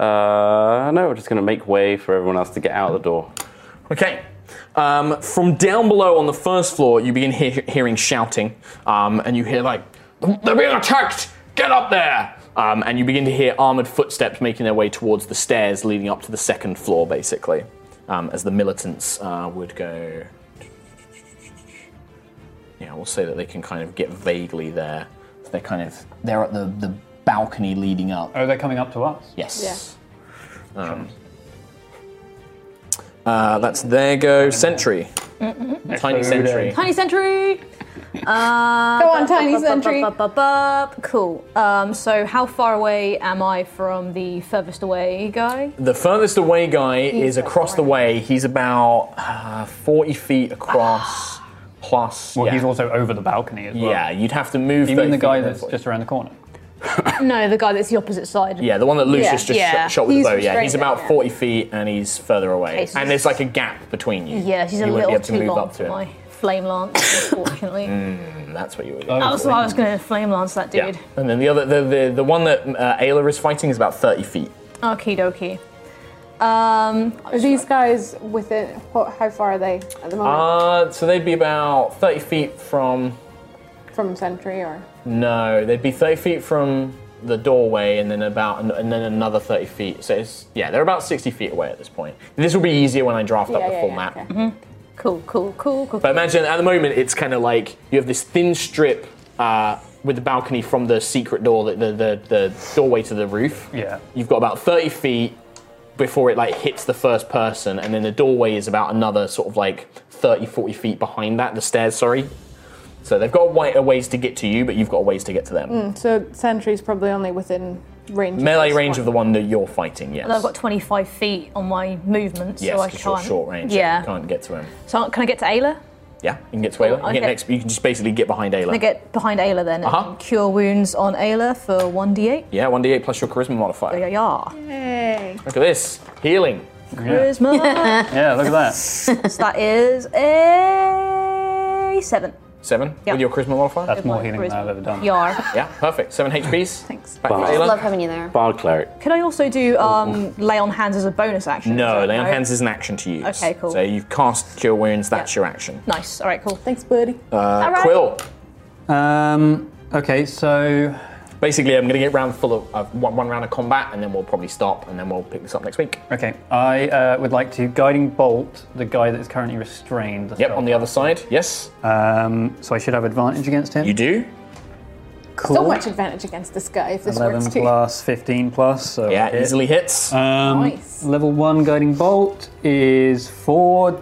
Uh, no, we're just going to make way for everyone else to get out the door.
Okay. Um, from down below on the first floor, you begin hear- hearing shouting, um, and you hear like, "They're being attacked! Get up there!" Um, and you begin to hear armored footsteps making their way towards the stairs leading up to the second floor, basically, um, as the militants uh, would go. Yeah, we'll say that they can kind of get vaguely there. So they're kind of they're at the the balcony leading up.
Oh, they're coming up to us.
Yes. Um, uh, that's there go sentry.
Mm-hmm.
Tiny sentry.
Tiny Sentry! Uh,
Go on, Tiny
bup, bup, bup,
Sentry.
bup, bup, bup, bup. Cool. Um, so, how far away am I from the furthest away guy?
The furthest away guy is across the way. He's about uh, 40 feet across, plus.
Well,
yeah.
he's also over the balcony as well.
Yeah, you'd have to move.
You
30
mean the
feet
guy that's
roughly.
just around the corner?
no, the guy that's the opposite side.
Yeah, the one that Lucius just
Yeah.
Shot, shot with
He's
the bow. Yeah, he's
restrained,
about
yeah.
40 feet and he's further away.
Okay, so
and there's like a gap between you.
Yeah, she's a
You wouldn't be
little
able to
too
move
long
up
for
to
my
him.
flame lance, unfortunately.
Mm, that's what you were
Oh.
going
That was
for.
what I was going to flame lance that dude.
Yeah. And then the other, the, the, the one that uh, Ayla is fighting is about 30 feet.
Okie dokie. Um,
Are these guys within. What, how far are they at the moment?
Uh, so they'd be about 30 feet from.
From Sentry or.
No, they'd be 30 feet from the doorway and then about and then another 30 feet. So it's, yeah, they're about 60 feet away at this point. This will be easier when I draft up
Yeah,
the
yeah,
full
yeah,
map.
Cool, cool, cool, cool.
But imagine at the moment it's kind of like you have this thin strip uh, with the balcony from the secret door, the, the, the, the doorway to the roof.
Yeah.
You've got about 30 feet before it like hits the first person and then the doorway is about another sort of like 30, 40 feet behind that, the stairs, sorry. So they've got a, way, a ways to get to you, but you've got a ways to get to them.
Mm, so Sentry's probably only within
range.
Melee range of the one that you're fighting, yes.
And I've got 25 feet on my movement,
yes,
so I
'cause
can't.
you're short range. so
Yeah.
You can't get to him.
So can I get to Ayla?
Yeah, you can get to Ayla. You,
I
can get
get-
next, you can just basically get behind
Can I
Ayla.
get behind Ayla then? and
Uh-huh.
Cure wounds on Ayla for 1d8.
yeah, 1d8 plus your charisma
Yeah,
modifier.
yeah, yeah. Yay.
Look at this. Healing.
Charisma.
Yeah, look at that.
so that is a 7.
Seven
Yeah.
with your charisma modifier?
That's more healing than
I've ever done.
Yar.
Yeah, perfect. Seven HPs. Thanks. Back to
Bar.
Ayla.
Love having you there.
Bard cleric.
Could I also do um, lay on hands as a bonus action?
No,
that
lay on
right?
hands is an action to use.
Okay, cool.
So you've cast Cure Wounds, that's your action.
Nice. All right, cool. Thanks, buddy.
Uh,
All right.
Quill.
Um, okay, so.
Basically, I'm going to get round full of uh, one, one round of combat, and then we'll probably stop, and then we'll pick this up next week.
Okay, I uh, would like to guiding bolt the guy that is currently restrained. Yep, on
the other side. Yes.
Um, so I should have advantage against him. You
do.
Cool.
So much advantage against this guy if this
Eleven
works too.
plus, fifteen plus. So
Yeah, easily hits.
Um,
Nice.
Level one guiding bolt is four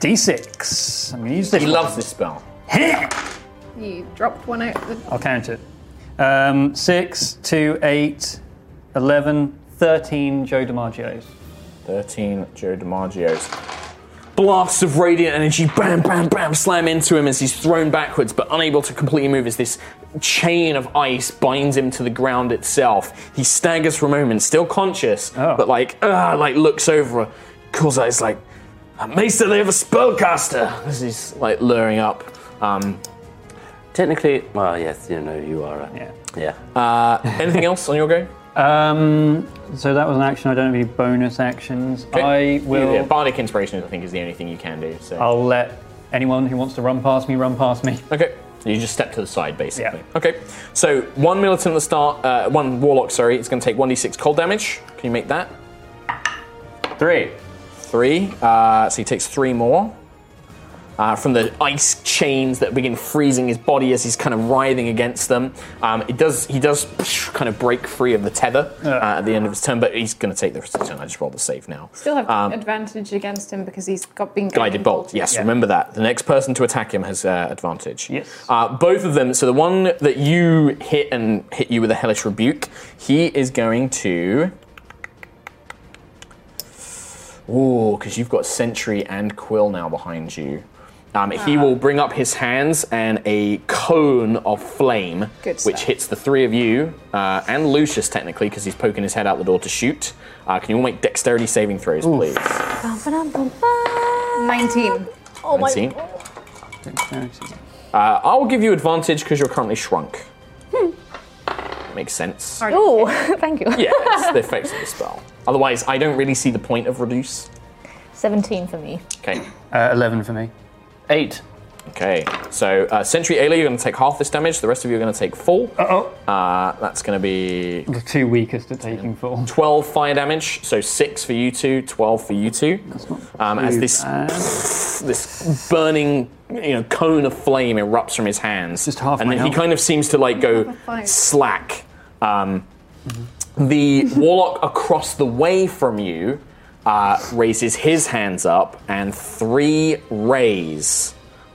d6. I'm gonna use this.
He
one.
loves this spell.
You dropped one out. The...
I'll count it. Um, 6, 2, 8, 11, 13 Joe DiMaggio's.
13 Joe DiMaggio's. Blasts of radiant energy, bam, bam, bam, slam into him as he's thrown backwards, but unable to completely move as this chain of ice binds him to the ground itself. He staggers for a moment, still conscious, but like, ah, like looks over. Kozai's like, "A Mesa, they have a spellcaster! As he's like luring up. Um,
Technically, well, yes, you know, you are. Right.
Yeah.
Yeah.
Uh, anything else on your go?
Um, so that was an action. I don't have any bonus actions. I will.
Yeah, Bardic Inspiration, I think, is the only thing you can do. So.
I'll let anyone who wants to run past me run past me.
Okay. You just step to the side, basically. Okay. So one militant at the start, uh, one warlock. Sorry, it's going to take one d6 cold damage. Can you make that? Three. Three. Uh, so he takes three more uh, from the ice chains that begin freezing his body as he's kind of writhing against them. Um, it does. He does kind of break free of the tether uh, at the end of his turn, but he's going to take the rest of his turn. I just rolled the save now.
Still have
Um,
advantage against him because he's got been
Guided bolt. Yes,
Yeah.
remember that. The next person to attack him has uh, advantage. Yes. Uh, both of them. So the one that you hit and hit you with a hellish rebuke, he is going to. Ooh, because you've got Sentry and Quill now behind you. Um,
Ah.
he will bring up his hands and a cone of flame,
Good
which
stuff.
hits the three of you uh, and Lucius technically because he's poking his head out the door to shoot. Uh, can you all make dexterity saving throws, please?
Nineteen.
Oh
my 19. Uh, I will give you advantage because you're currently shrunk. Makes sense.
Oh, thank you.
Yeah, it's the effects of the spell. Otherwise, I don't really see the point of reduce.
17 for me.
Okay.
Uh, 11 for me. 8.
Okay, so uh, Sentry Ayla, you're going to take half this damage. The rest of you are going to take full.
Uh-oh.
Uh, that's going to be
The two weakest at taking full.
12 fire damage, so 6 for you two, 12 for you two. Um, as
too
this this burning you know cone of flame erupts from his hands. Just half And
my
then he
health.
kind of seems to like go slack. Um, the warlock across the way from you uh, raises his hands up, and three rays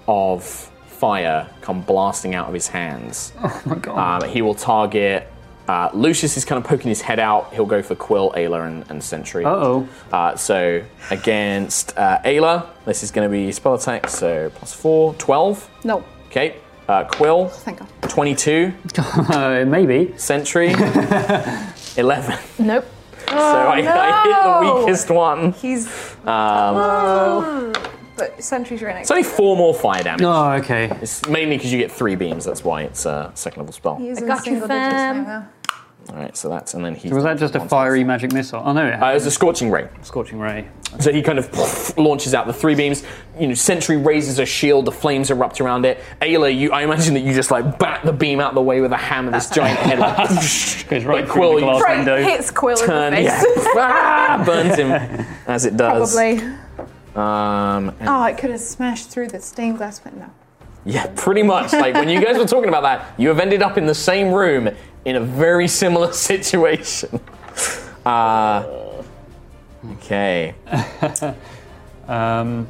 of fire come blasting out of his hands. Oh my god! Um, he will target. Uh, Lucius is kind of poking his head out. He'll go for Quill, Ayla, and, and Sentry.
Uh-oh.
Uh, so against uh, Ayla, this is going to be spell attack, so plus four, 12.
No.
Okay. Uh, Quill.
Thank God.
22.
Uh, maybe.
Sentry. 11.
Nope.
so I, I hit the weakest one.
He's.
Um,
But sentries right next.
it's only four more fire damage.
Oh, okay.
It's mainly because you get three beams, that's why it's a second level spell.
He's
I
in
got you,
single digits
fam.
now.
All right, so that's, and then he.
So was that just a fiery magic missile? Oh, no. It,
Uh, it was a scorching ray.
Scorching ray.
So he kind of launches out the three beams. You know, Sentry raises a shield. The flames erupt around it. Ayla, you, I imagine that you just like bat the beam out of the way with a hammer. This giant head like, goes
right through the glass Right, window. hits
Quill in the
turn,
face.
yeah, ah, burns him as it does.
Probably.
Um, and-
Oh, it could have smashed through the stained glass window.
yeah, pretty much. Like when you guys were talking about that, you have ended up in the same room in a very similar situation. Uh, okay.
um,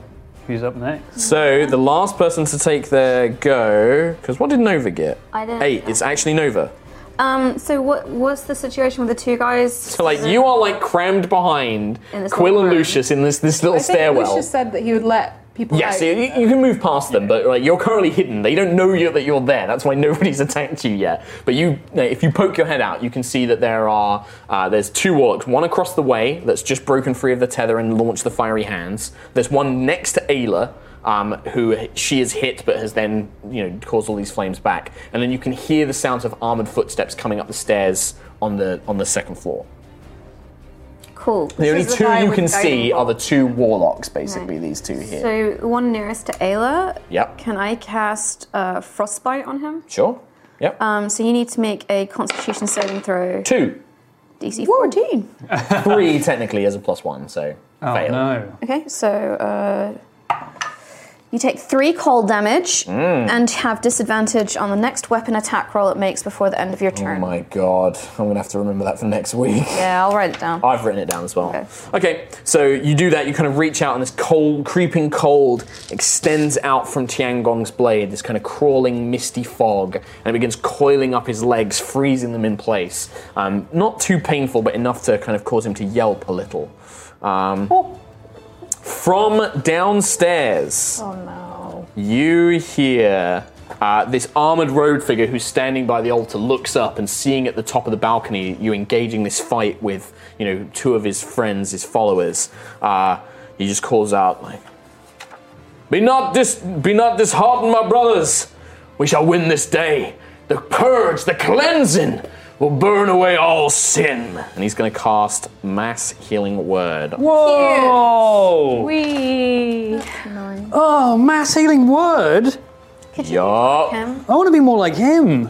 who's up next?
So the last person to take their go, because what did Nova get?
I did.
Eight. It's actually Nova.
Um, so what what's the situation with the two guys?
So like you are like crammed behind
In this
Quill
little
and Lucius in this this little
I think
stairwell.
Lucius said that he would let people.
Yes,
out.
you, you can move past them, but like you're currently hidden. They don't know you, that you're there. That's why nobody's attacked you yet. But you, if you poke your head out, you can see that there are uh, there's two warlocks. One across the way that's just broken free of the tether and launched the fiery hands. There's one next to Ayla. Um, who she is hit, but has then you know caused all these flames back, and then you can hear the sounds of armored footsteps coming up the stairs on the on the second floor.
Cool.
The only
This is
two
guy
you
with
can
guiding
see are the two warlocks, basically.
Right.
These two here.
So the one nearest to Ayla.
Yep.
Can I cast uh, frostbite on him?
Sure. Yep.
Um, so you need to make a Constitution saving throw.
Two.
DC 14.
Three technically as a plus one, so oh, fail.
No.
Okay, so uh, you take three cold damage
Mm.
and have disadvantage on the next weapon attack roll it makes before the end of your
Oh
turn.
my god. I'm gonna have to remember that for next week.
Yeah, I'll write it down.
I've written it down as well. Okay. so you do that, you kind of reach out, and this cold, creeping cold extends out from Tiangong's blade, this kind of crawling, misty fog, and it begins coiling up his legs, freezing them in place. Um, not too painful, but enough to kind of cause him to yelp a little. Um, From downstairs.
Oh no.
You hear uh, this armored road figure who's standing by the altar looks up and seeing at the top of the balcony you engaging this fight with, you know, two of his friends, his followers. Uh, he just calls out like, "Be not dis, be not disheartened, my brothers. We shall win this day. The purge, the cleansing." Will burn away all sin, and he's going to cast mass healing word.
Whoa!
We.
Oh, mass healing word.
Yup.
I want to be more like him.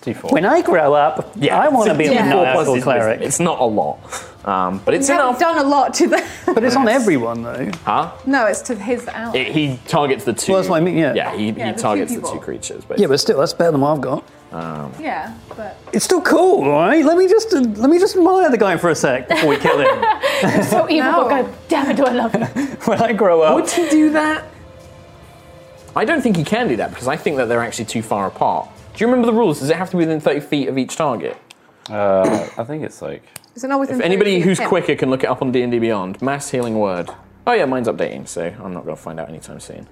D4.
When I grow up, I want to be a maniacal cleric.
It's not a lot, um, but it's
we
enough.
haven't done a lot to the.
But it's on everyone though.
Huh?
No, it's to his out.
It, he targets the two.
Well, that's what I mean, yeah.
Yeah, he,
Yeah,
he
the two
targets the
people.
two creatures.
Yeah, but still, that's better than what I've got.
Um,
yeah, but
It's still cool, all right? Let me just uh, let me just admire the guy for a sec before we kill him.
You're so evil, but god damn it, do I love you.
when I grow up,
Would he do that? I don't think he can do that because I think that they're actually too far apart. Do you remember the rules? Does it have to be within 30 feet of each target? Uh, I think it's like.
is it not within?
If
30
anybody
feet of
who's
him?
quicker can look it up on D and D Beyond, mass healing word. Oh yeah, mine's updating, so I'm not going to find out anytime soon.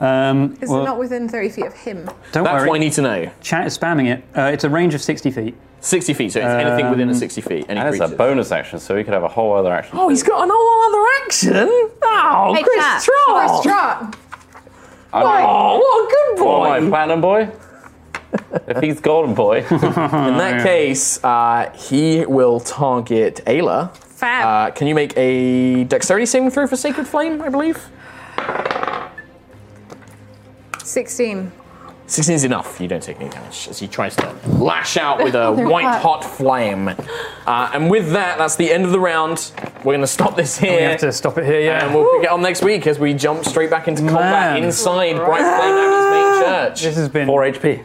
um,
Is
well,
it not within thirty feet of him?
don't
That's
worry.
what I need to know.
Chat is spamming it. Uh, it's a range of sixty feet.
60 feet, so it's
Um,
anything within a 60 feet. Any
and it's a bonus action, so he could have a whole other action.
Oh, he's got an all other action. Oh,
Hey,
Chris
Chat.
Trott.
Chris Trott.
Oh, what a good boy.
What am I, platinum boy? if he's golden boy. In
In that case, uh, he will target Ayla.
Fab.
Uh, can you make a dexterity saving throw for Sacred Flame, I believe?
Sixteen.
16 is enough. You don't take any damage as he tries to lash out with a
They're
white
hot.
hot flame. Uh, and with that, that's the end of the round. We're going to stop this here.
We have to stop it here, yeah.
And we'll pick it on next week as we jump straight back into combat
Man.
inside Bright Flame Abbey's main church.
This has been four
HP.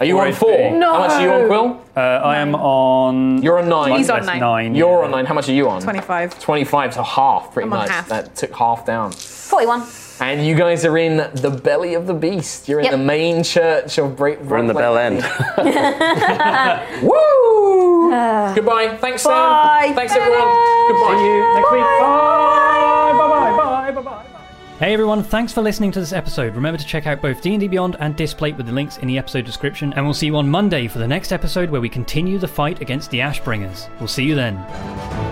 Are you on four? How much are you on, Quill?
Uh, I am on.
You're on nine.
He's on nine.
You're on nine. How much are you on?
25.
25 to half, pretty
I'm on
much.
half.
That took half down.
41.
And you guys are in the belly of the beast. You're in
Yep.
the main church of Break. We're
the bell end.
Woo! Goodbye. Thanks, Sam. Thanks, everyone. Goodbye. See you next week. Bye. Bye. Bye. Bye. Bye. Bye.
Hey everyone, thanks for listening to this episode. Remember to check out both D&D Beyond and Displate with the links in the episode description, and we'll see you on Monday for the next episode where we continue the fight against the Ashbringers. We'll see you then.